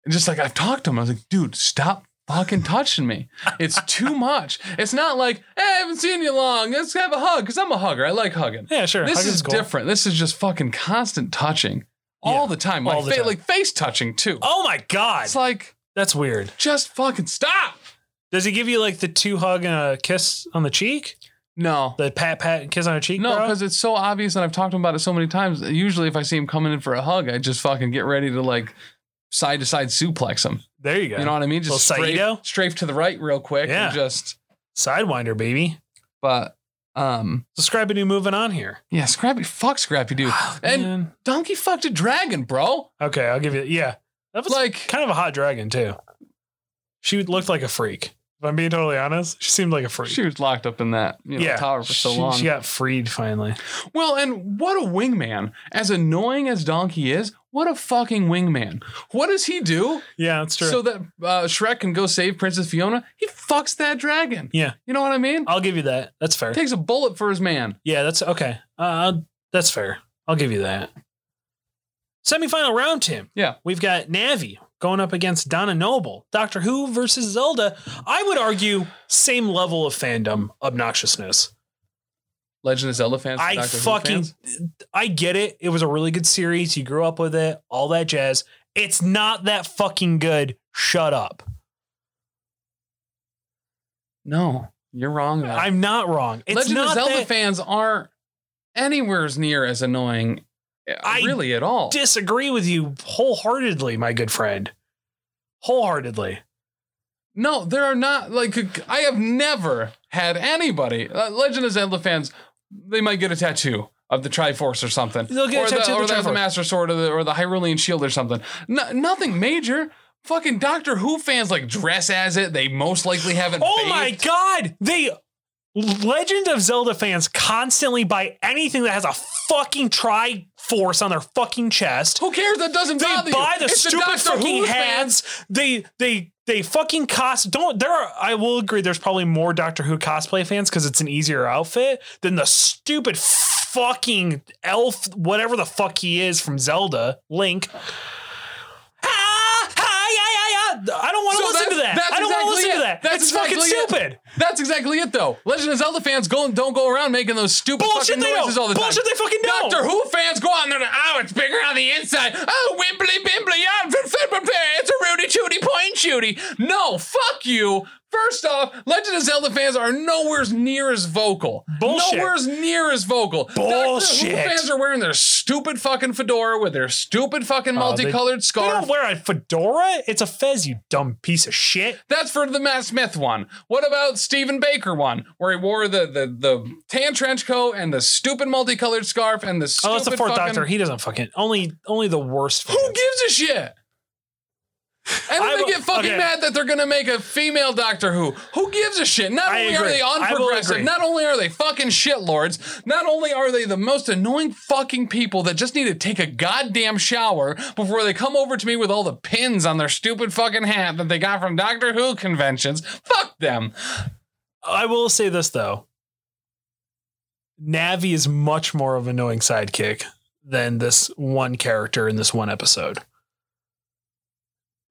Speaker 1: just like I've talked to him, I was like, dude, stop fucking touching me. It's too much. It's not like, hey, I haven't seen you long. Let's have a hug. Cause I'm a hugger. I like hugging.
Speaker 2: Yeah, sure.
Speaker 1: This
Speaker 2: Hugging's
Speaker 1: is
Speaker 2: cool.
Speaker 1: different. This is just fucking constant touching all
Speaker 2: Yeah,
Speaker 1: the time.
Speaker 2: all
Speaker 1: Like,
Speaker 2: the
Speaker 1: fa-
Speaker 2: time.
Speaker 1: like face touching too.
Speaker 2: Oh my God.
Speaker 1: It's like,
Speaker 2: That's weird.
Speaker 1: just fucking stop.
Speaker 2: Does he give you like the two hug and a kiss on the cheek?
Speaker 1: No.
Speaker 2: The pat, pat, and kiss on the cheek?
Speaker 1: No,
Speaker 2: bro?
Speaker 1: because it's so obvious, and I've talked about it so many times. Usually, if I see him coming in for a hug, I just fucking get ready to like side to side suplex him.
Speaker 2: there you go.
Speaker 1: You know what I mean? Just
Speaker 2: Little
Speaker 1: strafe,
Speaker 2: Saito?
Speaker 1: strafe to the right real quick
Speaker 2: Yeah.
Speaker 1: and just.
Speaker 2: Sidewinder, baby.
Speaker 1: But um,
Speaker 2: Describe a new moving on here.
Speaker 1: yeah, Scrappy, fuck Scrappy, dude, and
Speaker 2: Man.
Speaker 1: Donkey fucked a dragon, bro.
Speaker 2: Okay, I'll give you. Yeah, that was
Speaker 1: Like-
Speaker 2: kind of a hot dragon too. She looked like a freak. If I'm being totally honest, she seemed like a freak.
Speaker 1: She was locked up in that you know,
Speaker 2: yeah,
Speaker 1: tower for so
Speaker 2: she,
Speaker 1: long.
Speaker 2: She got freed finally.
Speaker 1: Well, and what a wingman! As annoying as Donkey is, what a fucking wingman! What does he do
Speaker 2: Yeah, that's true.
Speaker 1: so that uh, Shrek can go save Princess Fiona? He fucks that dragon.
Speaker 2: yeah,
Speaker 1: You know what I mean?
Speaker 2: I'll give you that. That's fair.
Speaker 1: takes a bullet for his man.
Speaker 2: Yeah, that's okay. Uh, that's fair. I'll give you that. Semi-final round, Tim.
Speaker 1: Yeah.
Speaker 2: We've got Navi going up against Donna Noble, Doctor Who versus Zelda. I would argue same level of fandom obnoxiousness.
Speaker 1: Legend of Zelda fans.
Speaker 2: I
Speaker 1: Doctor Who
Speaker 2: fucking
Speaker 1: fans.
Speaker 2: I get it. It was a really good series. You grew up with it, all that jazz. It's not that fucking good. Shut up.
Speaker 1: No, you're wrong. Though.
Speaker 2: I'm not wrong. It's
Speaker 1: Legend
Speaker 2: not
Speaker 1: of Zelda
Speaker 2: that
Speaker 1: fans aren't anywhere as near as annoying, uh,
Speaker 2: I
Speaker 1: really at all.
Speaker 2: disagree with you wholeheartedly, my good friend. Wholeheartedly.
Speaker 1: no, there are not. Like I have never had anybody. Uh, Legend of Zelda fans, they might get a tattoo. Of the Triforce or something,
Speaker 2: They'll get a
Speaker 1: or,
Speaker 2: tattoo
Speaker 1: the,
Speaker 2: of the
Speaker 1: or the, the
Speaker 2: Triforce.
Speaker 1: Master Sword or the, or the Hyrulean Shield or something. No, nothing major. Fucking Doctor Who fans like dress as it. They most likely haven't.
Speaker 2: Oh my
Speaker 1: bathed.
Speaker 2: god! They Legend of Zelda fans constantly buy anything that has a fucking Triforce on their fucking chest.
Speaker 1: Who cares? That doesn't
Speaker 2: They
Speaker 1: bother
Speaker 2: buy
Speaker 1: you.
Speaker 2: the
Speaker 1: It's
Speaker 2: stupid
Speaker 1: Doctor
Speaker 2: fucking
Speaker 1: Who's fans.
Speaker 2: hats. They they they fucking cost. Don't there are. I will agree. There's probably more Doctor Who cosplay fans because it's an easier outfit than the stupid fucking elf, whatever the fuck he is from Zelda, Link. Ah, ah, yeah, yeah, yeah. I don't want to
Speaker 1: So
Speaker 2: listen to
Speaker 1: that's-
Speaker 2: that.
Speaker 1: that's
Speaker 2: I don't want to
Speaker 1: exactly
Speaker 2: listen to
Speaker 1: it.
Speaker 2: that.
Speaker 1: That's
Speaker 2: it's fucking
Speaker 1: exactly it.
Speaker 2: stupid.
Speaker 1: That's exactly it, though. Legend of Zelda fans go don't go around making those stupid
Speaker 2: Bullshit
Speaker 1: fucking
Speaker 2: they
Speaker 1: noises
Speaker 2: know.
Speaker 1: all the
Speaker 2: Bullshit
Speaker 1: time.
Speaker 2: they fucking know.
Speaker 1: Doctor Who fans go on there. and, Oh, it's bigger on the inside. Oh, wimbly bimbly. ah, f- f- f- It's a rooty tooty point shooty. No, fuck you. First off, Legend of Zelda fans are nowhere near as vocal.
Speaker 2: Bullshit.
Speaker 1: Nowhere near as vocal. Doctor
Speaker 2: Bullshit.
Speaker 1: Who fans are wearing their stupid fucking fedora with their stupid fucking
Speaker 2: Oh, they-
Speaker 1: multicolored
Speaker 2: They
Speaker 1: scarf.
Speaker 2: don't wear a fedora. It's a fez, you dumb piece of shit.
Speaker 1: That's for the Matt Smith one. What about Stephen Baker one, where he wore the the the tan trench coat and the stupid multicolored scarf and the stupid
Speaker 2: Oh, it's the fourth
Speaker 1: fucking,
Speaker 2: Doctor. He doesn't fucking only only the worst.
Speaker 1: Who
Speaker 2: fans.
Speaker 1: gives a shit? And then
Speaker 2: I
Speaker 1: they
Speaker 2: will-
Speaker 1: get fucking
Speaker 2: okay.
Speaker 1: mad that they're gonna make a female Doctor Who. Who gives a shit? Not
Speaker 2: I
Speaker 1: only are
Speaker 2: agree.
Speaker 1: they
Speaker 2: I will
Speaker 1: unprogressive,
Speaker 2: agree.
Speaker 1: not only are they fucking shitlords, not only are they the most annoying fucking people that just need to take a goddamn shower before they come over to me with all the pins on their stupid fucking hat that they got from Doctor Who conventions. Fuck them.
Speaker 2: I will say this though. Navi is much more of an annoying sidekick than this one character in this one episode.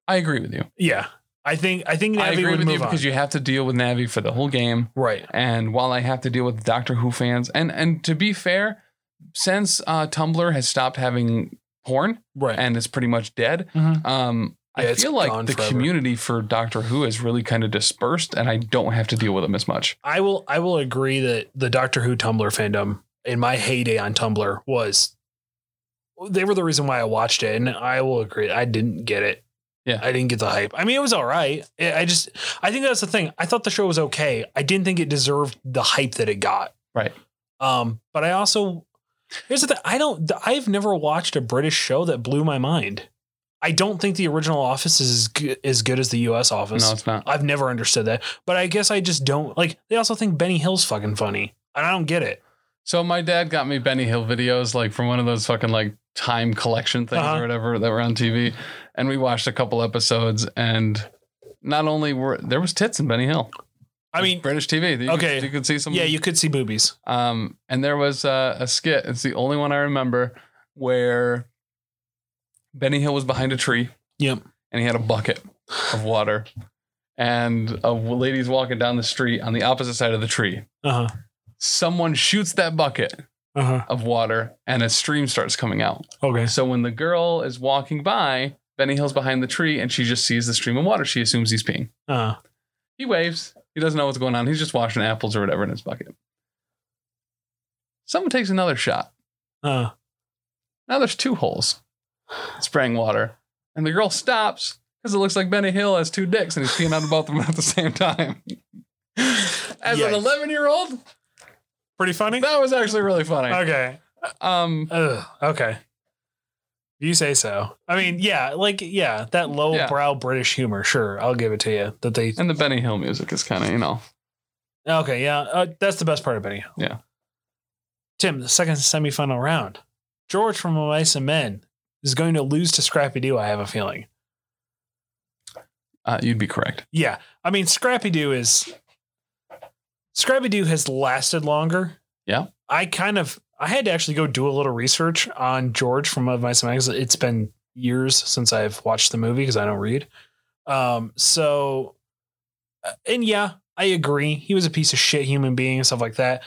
Speaker 1: I agree with you.
Speaker 2: Yeah. I think I think Navi
Speaker 1: I agree
Speaker 2: would
Speaker 1: with
Speaker 2: move
Speaker 1: you
Speaker 2: on.
Speaker 1: because you have to deal with Navi for the whole game.
Speaker 2: right.
Speaker 1: And while I have to deal with Doctor Who fans, and and to be fair, since uh, Tumblr has stopped having porn
Speaker 2: Right.
Speaker 1: and is pretty much dead,
Speaker 2: Mhm.
Speaker 1: um,
Speaker 2: Yeah,
Speaker 1: I
Speaker 2: it's
Speaker 1: feel like
Speaker 2: gone
Speaker 1: the
Speaker 2: forever.
Speaker 1: community for Doctor Who is really kind of dispersed, and I don't have to deal with them as much.
Speaker 2: I will I will agree that the Doctor Who Tumblr fandom in my heyday on Tumblr was they were the reason why I watched it, and I will agree I didn't get it.
Speaker 1: Yeah.
Speaker 2: I didn't get the hype. I mean, it was all right. I I just I think that's the thing. I thought the show was okay. I didn't think it deserved the hype that it got.
Speaker 1: Right.
Speaker 2: Um, but I also here's the thing. I don't. I've never watched a British show that blew my mind. I don't think the original Office is as good, as good as the U.S. Office.
Speaker 1: No, it's not.
Speaker 2: I've never understood that. But I guess I just don't like they also think Benny Hill's fucking funny. And I don't get it.
Speaker 1: So my dad got me Benny Hill videos, like from one of those fucking like time collection things
Speaker 2: Uh-huh.
Speaker 1: or whatever that were on TV. And we watched a couple episodes, and not only were there was tits in Benny Hill.
Speaker 2: I mean,
Speaker 1: British TV. You
Speaker 2: Okay.
Speaker 1: could, you could see some.
Speaker 2: yeah, you could see boobies.
Speaker 1: Um, and there was a, a skit. It's the only one I remember where Benny Hill was behind a tree.
Speaker 2: Yep.
Speaker 1: And he had a bucket of water, and a w- lady's walking down the street on the opposite side of the tree.
Speaker 2: Uh huh.
Speaker 1: Someone shoots that bucket
Speaker 2: Uh huh.
Speaker 1: of water, and a stream starts coming out.
Speaker 2: Okay.
Speaker 1: So when the girl is walking by, Benny Hill's behind the tree, and she just sees the stream of water. She assumes he's peeing.
Speaker 2: Uh,
Speaker 1: He waves. He doesn't know what's going on. He's just washing apples or whatever in his bucket. Someone takes another shot.
Speaker 2: uh,
Speaker 1: Now there's two holes spraying water. And the girl stops because it looks like Benny Hill has two dicks and he's peeing out of both of them at the same time. As
Speaker 2: Yikes.
Speaker 1: an 11 year old,
Speaker 2: pretty funny.
Speaker 1: that was actually really funny.
Speaker 2: Okay.
Speaker 1: Um,
Speaker 2: Ugh, okay. You say so. I mean, yeah, like yeah, that lowbrow brow British humor. Sure, I'll give it to you. That they
Speaker 1: and the Benny Hill music is kind of, you know,
Speaker 2: okay, yeah, uh, that's the best part of Benny.
Speaker 1: Yeah.
Speaker 2: Tim, the second semifinal round, George from Mice and Men is going to lose to Scrappy Doo. I have a feeling.
Speaker 1: uh, you'd be correct.
Speaker 2: Yeah, I mean, Scrappy Doo is Scrappy Doo has lasted longer.
Speaker 1: Yeah.
Speaker 2: I kind of I had to actually go do a little research on George from Of Mice and Men. 'cause It's been years since I've watched the movie because I don't read. Um, so, uh, and yeah, I agree. He was a piece of shit human being and stuff like that.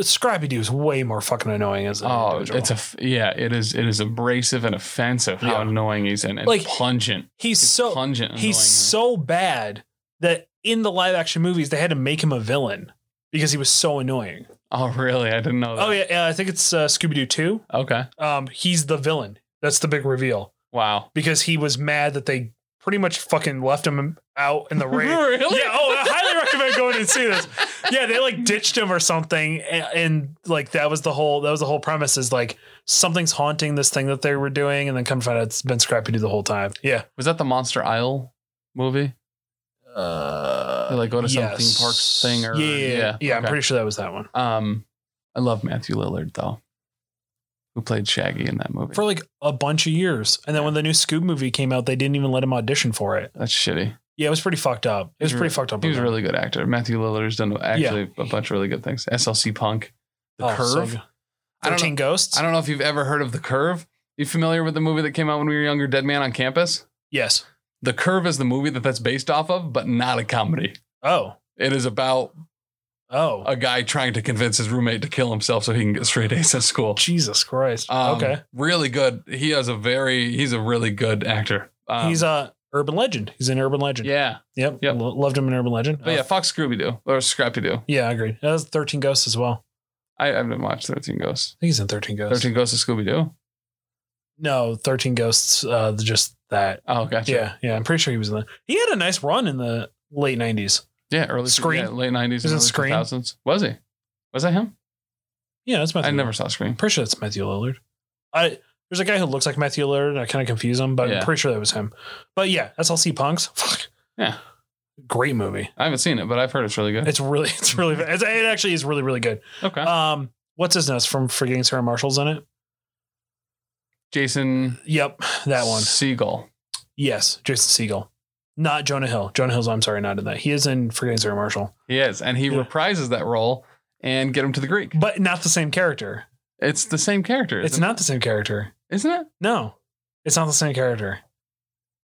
Speaker 2: Scrappy Doo is way more fucking annoying as an
Speaker 1: Oh,
Speaker 2: individual.
Speaker 1: it's a, f- yeah, it is, it is abrasive and offensive how
Speaker 2: Yeah.
Speaker 1: annoying he's in and
Speaker 2: Like,
Speaker 1: pungent.
Speaker 2: he's
Speaker 1: He's
Speaker 2: so
Speaker 1: pungent. and
Speaker 2: he's
Speaker 1: annoying.
Speaker 2: so bad that in the live action movies they had to make him a villain because he was so annoying.
Speaker 1: oh, really? I didn't know that.
Speaker 2: Oh yeah, yeah I think it's uh, Scooby Doo two.
Speaker 1: Okay.
Speaker 2: Um, he's the villain. That's the big reveal
Speaker 1: Wow.
Speaker 2: because he was mad that they pretty much fucking left him out in the rain. yeah.
Speaker 1: really?
Speaker 2: Oh, I highly recommend going and see this. Yeah, they like ditched him or something, and, and like that was the whole that was the whole premise is like something's haunting this thing that they were doing, and then come to find out it's been Scrappy Doo the whole time. Yeah.
Speaker 1: Was that the Monster Isle movie?
Speaker 2: Uh,
Speaker 1: They uh, like go to some theme park thing or
Speaker 2: yeah, yeah, yeah. I'm
Speaker 1: okay.
Speaker 2: pretty sure that was that one.
Speaker 1: um, I love Matthew Lillard though, who played Shaggy in that movie.
Speaker 2: For like a bunch of years, and then when the new Scoob movie came out, they didn't even let him audition for it.
Speaker 1: That's shitty.
Speaker 2: Yeah, it was pretty fucked up. It was pretty fucked up.
Speaker 1: He was a really good actor. Matthew Lillard's done actually a bunch of really good things. SLC Punk, The
Speaker 2: Oh, so
Speaker 1: Curve.
Speaker 2: good.
Speaker 1: I don't
Speaker 2: Thirteen
Speaker 1: know,
Speaker 2: Ghosts.
Speaker 1: I don't know if you've ever heard of The Curve. You familiar with the movie that came out when we were younger, Dead Man on Campus?
Speaker 2: yes.
Speaker 1: The Curve is the movie that that's based off of, but not a comedy.
Speaker 2: Oh.
Speaker 1: It is about
Speaker 2: Oh.
Speaker 1: a guy trying to convince his roommate to kill himself so he can get straight A's at school.
Speaker 2: Jesus Christ.
Speaker 1: Um,
Speaker 2: okay.
Speaker 1: Really good. He has a very, he's a really good actor. Um,
Speaker 2: He's a urban legend. He's an urban legend.
Speaker 1: yeah.
Speaker 2: Yep.
Speaker 1: Yep.
Speaker 2: Lo- loved him in Urban Legend.
Speaker 1: But
Speaker 2: Uh,
Speaker 1: yeah, Fox Scooby Doo or Scrappy Doo.
Speaker 2: yeah, I agree. That was Thirteen Ghosts as well.
Speaker 1: I, I haven't watched 13 Ghosts.
Speaker 2: I think he's in Thirteen Ghosts.
Speaker 1: 13 Ghosts of Scooby Doo.
Speaker 2: No, Thirteen Ghosts. Uh, just that.
Speaker 1: Oh, gotcha.
Speaker 2: Yeah, yeah. I'm pretty sure he was in that. He had a nice run in the late '90s.
Speaker 1: Yeah, early
Speaker 2: Scream?
Speaker 1: yeah, late 90s,
Speaker 2: Is
Speaker 1: and
Speaker 2: it
Speaker 1: early
Speaker 2: Scream?
Speaker 1: 2000s. Was he? Was that him?
Speaker 2: Yeah, that's Matthew.
Speaker 1: I
Speaker 2: Lillard.
Speaker 1: never saw Scream.
Speaker 2: I'm pretty sure that's Matthew Lillard. I there's a guy who looks like Matthew Lillard. And I kind of confuse him, but
Speaker 1: Yeah.
Speaker 2: I'm pretty sure that was him. But yeah, SLC Punks. Fuck.
Speaker 1: Yeah.
Speaker 2: Great movie.
Speaker 1: I haven't seen it, but I've heard it's really good.
Speaker 2: It's really, it's really, it's, it actually is really, really good.
Speaker 1: okay.
Speaker 2: Um, what's his name from Forgetting Sarah Marshall's in it?
Speaker 1: Jason
Speaker 2: Yep, that one.
Speaker 1: Siegel.
Speaker 2: Yes, Jason Siegel, not Jonah Hill. Jonah Hill's, I'm sorry, not in that. He is in Forgetting Sarah Marshall,
Speaker 1: He is. And he
Speaker 2: Yeah.
Speaker 1: reprises that role and get him to the Greek.
Speaker 2: but not the same character.
Speaker 1: It's the same character.
Speaker 2: It's
Speaker 1: isn't
Speaker 2: not the same character.
Speaker 1: it? Isn't it?
Speaker 2: No, it's not the same character.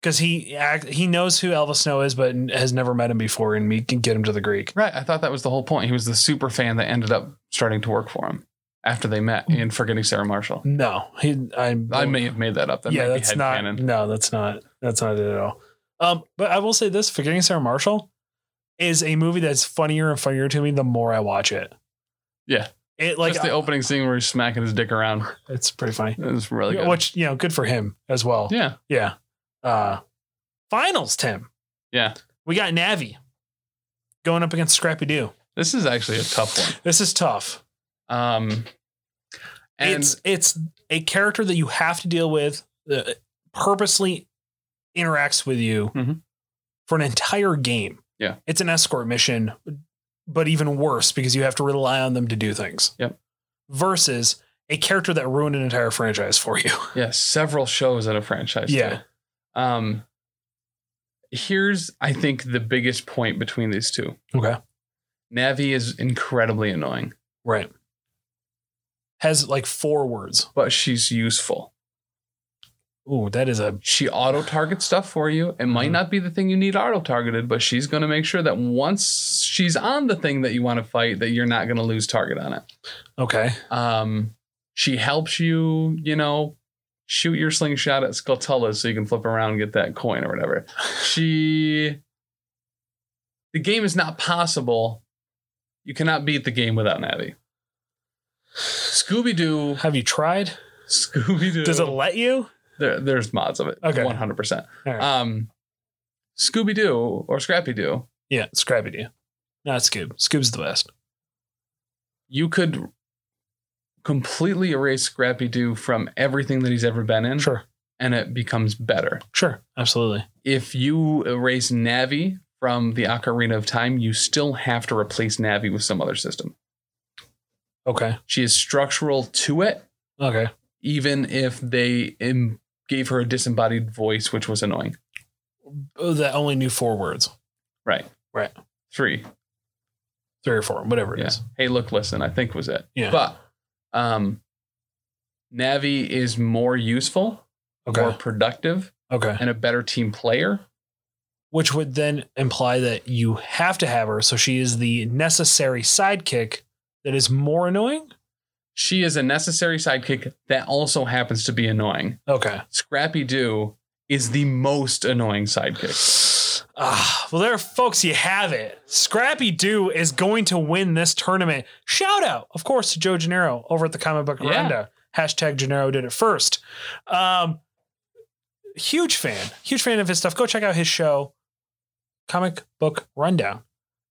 Speaker 2: Because he act, he knows who Elvis Snow is, but has never met him before, and we can get him to the Greek.
Speaker 1: Right. I thought that was the whole point. He was the super fan that ended up starting to work for him after they met in Forgetting Sarah Marshall.
Speaker 2: No, he. I'm.
Speaker 1: I may have made that up. That
Speaker 2: yeah,
Speaker 1: might be
Speaker 2: that's not.
Speaker 1: headcanon.
Speaker 2: No, that's not. That's not it at all. Um, but I will say this: Forgetting Sarah Marshall is a movie that's funnier and funnier to me the more I watch it.
Speaker 1: Yeah.
Speaker 2: It like uh,
Speaker 1: just the opening scene where he's smacking his dick around.
Speaker 2: it's pretty funny,
Speaker 1: It was really good.
Speaker 2: which you know, good for him as well.
Speaker 1: yeah,
Speaker 2: Yeah. Uh, finals, Tim.
Speaker 1: yeah.
Speaker 2: We got Navi going up against Scrappy Doo.
Speaker 1: This is actually a tough one.
Speaker 2: This is tough.
Speaker 1: Um, and
Speaker 2: it's it's a character that you have to deal with that purposely interacts with you
Speaker 1: Mhm.
Speaker 2: for an entire game.
Speaker 1: Yeah.
Speaker 2: It's an escort mission, but even worse because you have to rely on them to do things.
Speaker 1: Yep.
Speaker 2: Versus a character that ruined an entire franchise for you.
Speaker 1: Yeah, several shows at a franchise.
Speaker 2: Yeah.
Speaker 1: too. Um, here's I think the biggest point between these two.
Speaker 2: Okay.
Speaker 1: Navi is incredibly annoying,
Speaker 2: Right. Has like four words.
Speaker 1: but she's useful.
Speaker 2: Ooh, that is a
Speaker 1: She auto targets stuff for you. It might
Speaker 2: Mhm.
Speaker 1: not be the thing you need auto targeted, but she's going to make sure that once she's on the thing that you want to fight, that you're not going to lose target on it.
Speaker 2: okay.
Speaker 1: Um, she helps you, you know, shoot your slingshot at Skulltula so you can flip around and get that coin or whatever. She. The game is not possible. You cannot beat the game without Navi. Scooby Doo,
Speaker 2: Have you tried?
Speaker 1: Scooby Doo.
Speaker 2: Does it let you?
Speaker 1: There, there's mods of it.
Speaker 2: Okay.
Speaker 1: 100%.
Speaker 2: All right.
Speaker 1: Um, Scooby Doo or Scrappy Doo,
Speaker 2: yeah, Scrappy Doo. Not Scoob. Scoob's the best.
Speaker 1: you could completely erase Scrappy Doo from everything that he's ever been in,
Speaker 2: Sure.
Speaker 1: and it becomes better.
Speaker 2: Sure. Absolutely.
Speaker 1: if you erase Navi from the Ocarina of Time, you still have to replace Navi with some other system.
Speaker 2: Okay.
Speaker 1: She is structural to it,
Speaker 2: Okay.
Speaker 1: even if they im- gave her a disembodied voice, which was annoying.
Speaker 2: Oh, That only knew four words.
Speaker 1: Right.
Speaker 2: Right.
Speaker 1: Three.
Speaker 2: Three or four, whatever it
Speaker 1: Yeah.
Speaker 2: is.
Speaker 1: Hey, look, listen, I think was it.
Speaker 2: Yeah.
Speaker 1: But um, Navi is more useful,
Speaker 2: Okay.
Speaker 1: more productive,
Speaker 2: okay.
Speaker 1: and a better team player.
Speaker 2: Which would then imply that you have to have her, so she is the necessary sidekick that is more annoying?
Speaker 1: She is a necessary sidekick that also happens to be annoying.
Speaker 2: Okay.
Speaker 1: Scrappy Doo is the most annoying sidekick.
Speaker 2: Ah, well, there, folks, you have it. Scrappy Doo is going to win this tournament. Shout out, of course, to Joe Gennaro over at the Comic Book
Speaker 1: Yeah.
Speaker 2: Ronda. Hashtag Gennaro did it first. Um, huge fan, huge fan of his stuff. Go check out his show, Comic Book Rundown.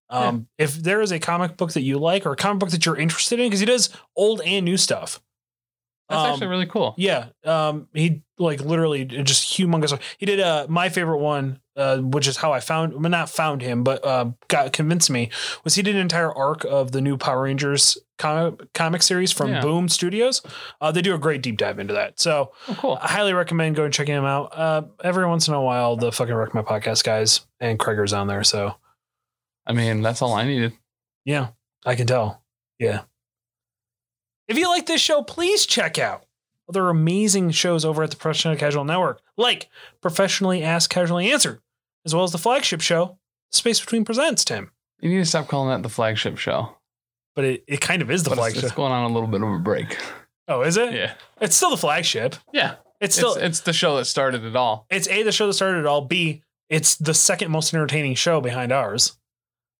Speaker 2: Um, If there is a comic book that you like or a comic book that you're interested in, because he does old and new stuff.
Speaker 1: That's
Speaker 2: Um,
Speaker 1: actually really cool.
Speaker 2: Yeah, um, he like literally just humongous. He did uh, my favorite one, uh, which is how I found, well, not found him, but uh, got convinced me was he did an entire arc of the new Power Rangers comic comic series from
Speaker 1: Yeah.
Speaker 2: Boom Studios. Uh, they do a great deep dive into that, so
Speaker 1: Oh, cool.
Speaker 2: I highly recommend going and checking him out. Uh, every once in a while, the fucking wreck my podcast guys and Craiger's on there, so
Speaker 1: I mean, that's all I needed.
Speaker 2: yeah, I can tell. Yeah. If you like this show, please check out other amazing shows over at the Professional Casual Network, like Professionally Asked Casually Answered, as well as the flagship show, Space Between Presents, Tim.
Speaker 1: You need to stop calling that the flagship show.
Speaker 2: But it, it kind of is the
Speaker 1: But it's-
Speaker 2: flagship.
Speaker 1: It's going on a little bit of a break.
Speaker 2: Oh, is it?
Speaker 1: Yeah.
Speaker 2: It's still the flagship.
Speaker 1: Yeah. It's,
Speaker 2: It's still
Speaker 1: it's,
Speaker 2: it's,
Speaker 1: the show that started it all.
Speaker 2: A, the show that started it all, B, it's the second most entertaining show behind ours.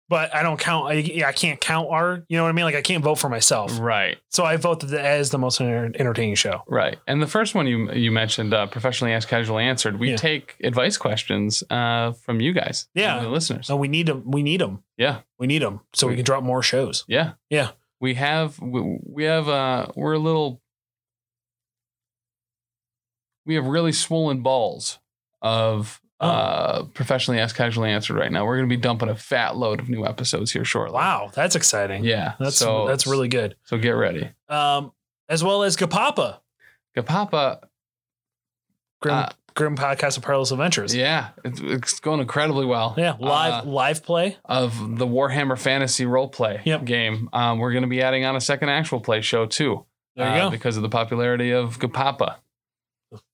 Speaker 2: But I don't count I, I can't count our, you know what I mean? Like I can't vote for myself.
Speaker 1: Right.
Speaker 2: So I vote that as the most enter- entertaining show.
Speaker 1: Right. And the first one you you mentioned, uh, professionally asked, casually answered. We
Speaker 2: Yeah.
Speaker 1: take advice questions uh, from you guys. from
Speaker 2: Yeah.
Speaker 1: The listeners.
Speaker 2: No, we need them. We need them.
Speaker 1: Yeah.
Speaker 2: We need them so we can drop more shows.
Speaker 1: Yeah.
Speaker 2: Yeah.
Speaker 1: We have we, we have uh we're a little we have really swollen balls of
Speaker 2: Oh.
Speaker 1: uh professionally asked casually answered right now. We're gonna be dumping a fat load of new episodes here shortly.
Speaker 2: Wow, that's exciting.
Speaker 1: Yeah.
Speaker 2: that's
Speaker 1: so,
Speaker 2: that's really good.
Speaker 1: so get ready.
Speaker 2: Um, as well as Kapapa,
Speaker 1: Kapapa,
Speaker 2: Grim
Speaker 1: Uh,
Speaker 2: Grim Podcast of Perilous Adventures. Yeah,
Speaker 1: yeah, it's, it's going incredibly well.
Speaker 2: live
Speaker 1: Uh,
Speaker 2: live play.
Speaker 1: of the Warhammer Fantasy roleplay
Speaker 2: Yep.
Speaker 1: game. Um, we're going to be adding on a second actual play show too.
Speaker 2: There
Speaker 1: uh,
Speaker 2: you go.
Speaker 1: Because of the popularity of Kapapa.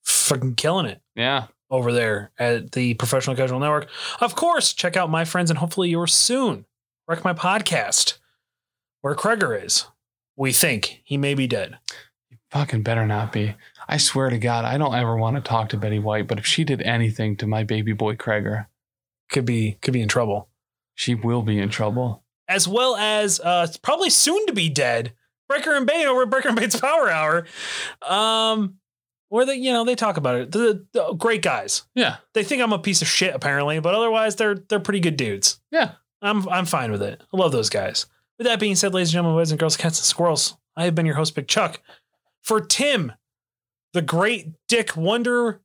Speaker 2: Fucking killing it
Speaker 1: Yeah.
Speaker 2: over there at the Professional Casual Network. Of course, check out my friends and hopefully yours soon. Wreck my podcast, where Kreger is. We think he may be dead.
Speaker 1: Fucking better not be. I swear to God, I don't ever want to talk to Betty White, but if she did anything to my baby boy Krager,
Speaker 2: Could be could be in trouble.
Speaker 1: she will be in trouble.
Speaker 2: as well as uh, probably soon to be dead Breaker and Bane over at Breaker and Bane's Power Hour, um, where they you know they talk about it. The, the great guys.
Speaker 1: Yeah.
Speaker 2: They think I'm a piece of shit apparently, but otherwise they're they're pretty good dudes.
Speaker 1: Yeah.
Speaker 2: I'm I'm fine with it. I love those guys. With that being said, ladies and gentlemen, boys and girls, cats and squirrels, I have been your host, Big Chuck. For Tim, the great Dick Wonder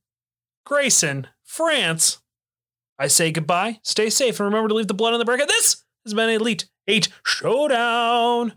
Speaker 2: Grayson, France, I say goodbye. Stay safe and remember to leave the blood on the bracket. This has been Elite 8 Showdown.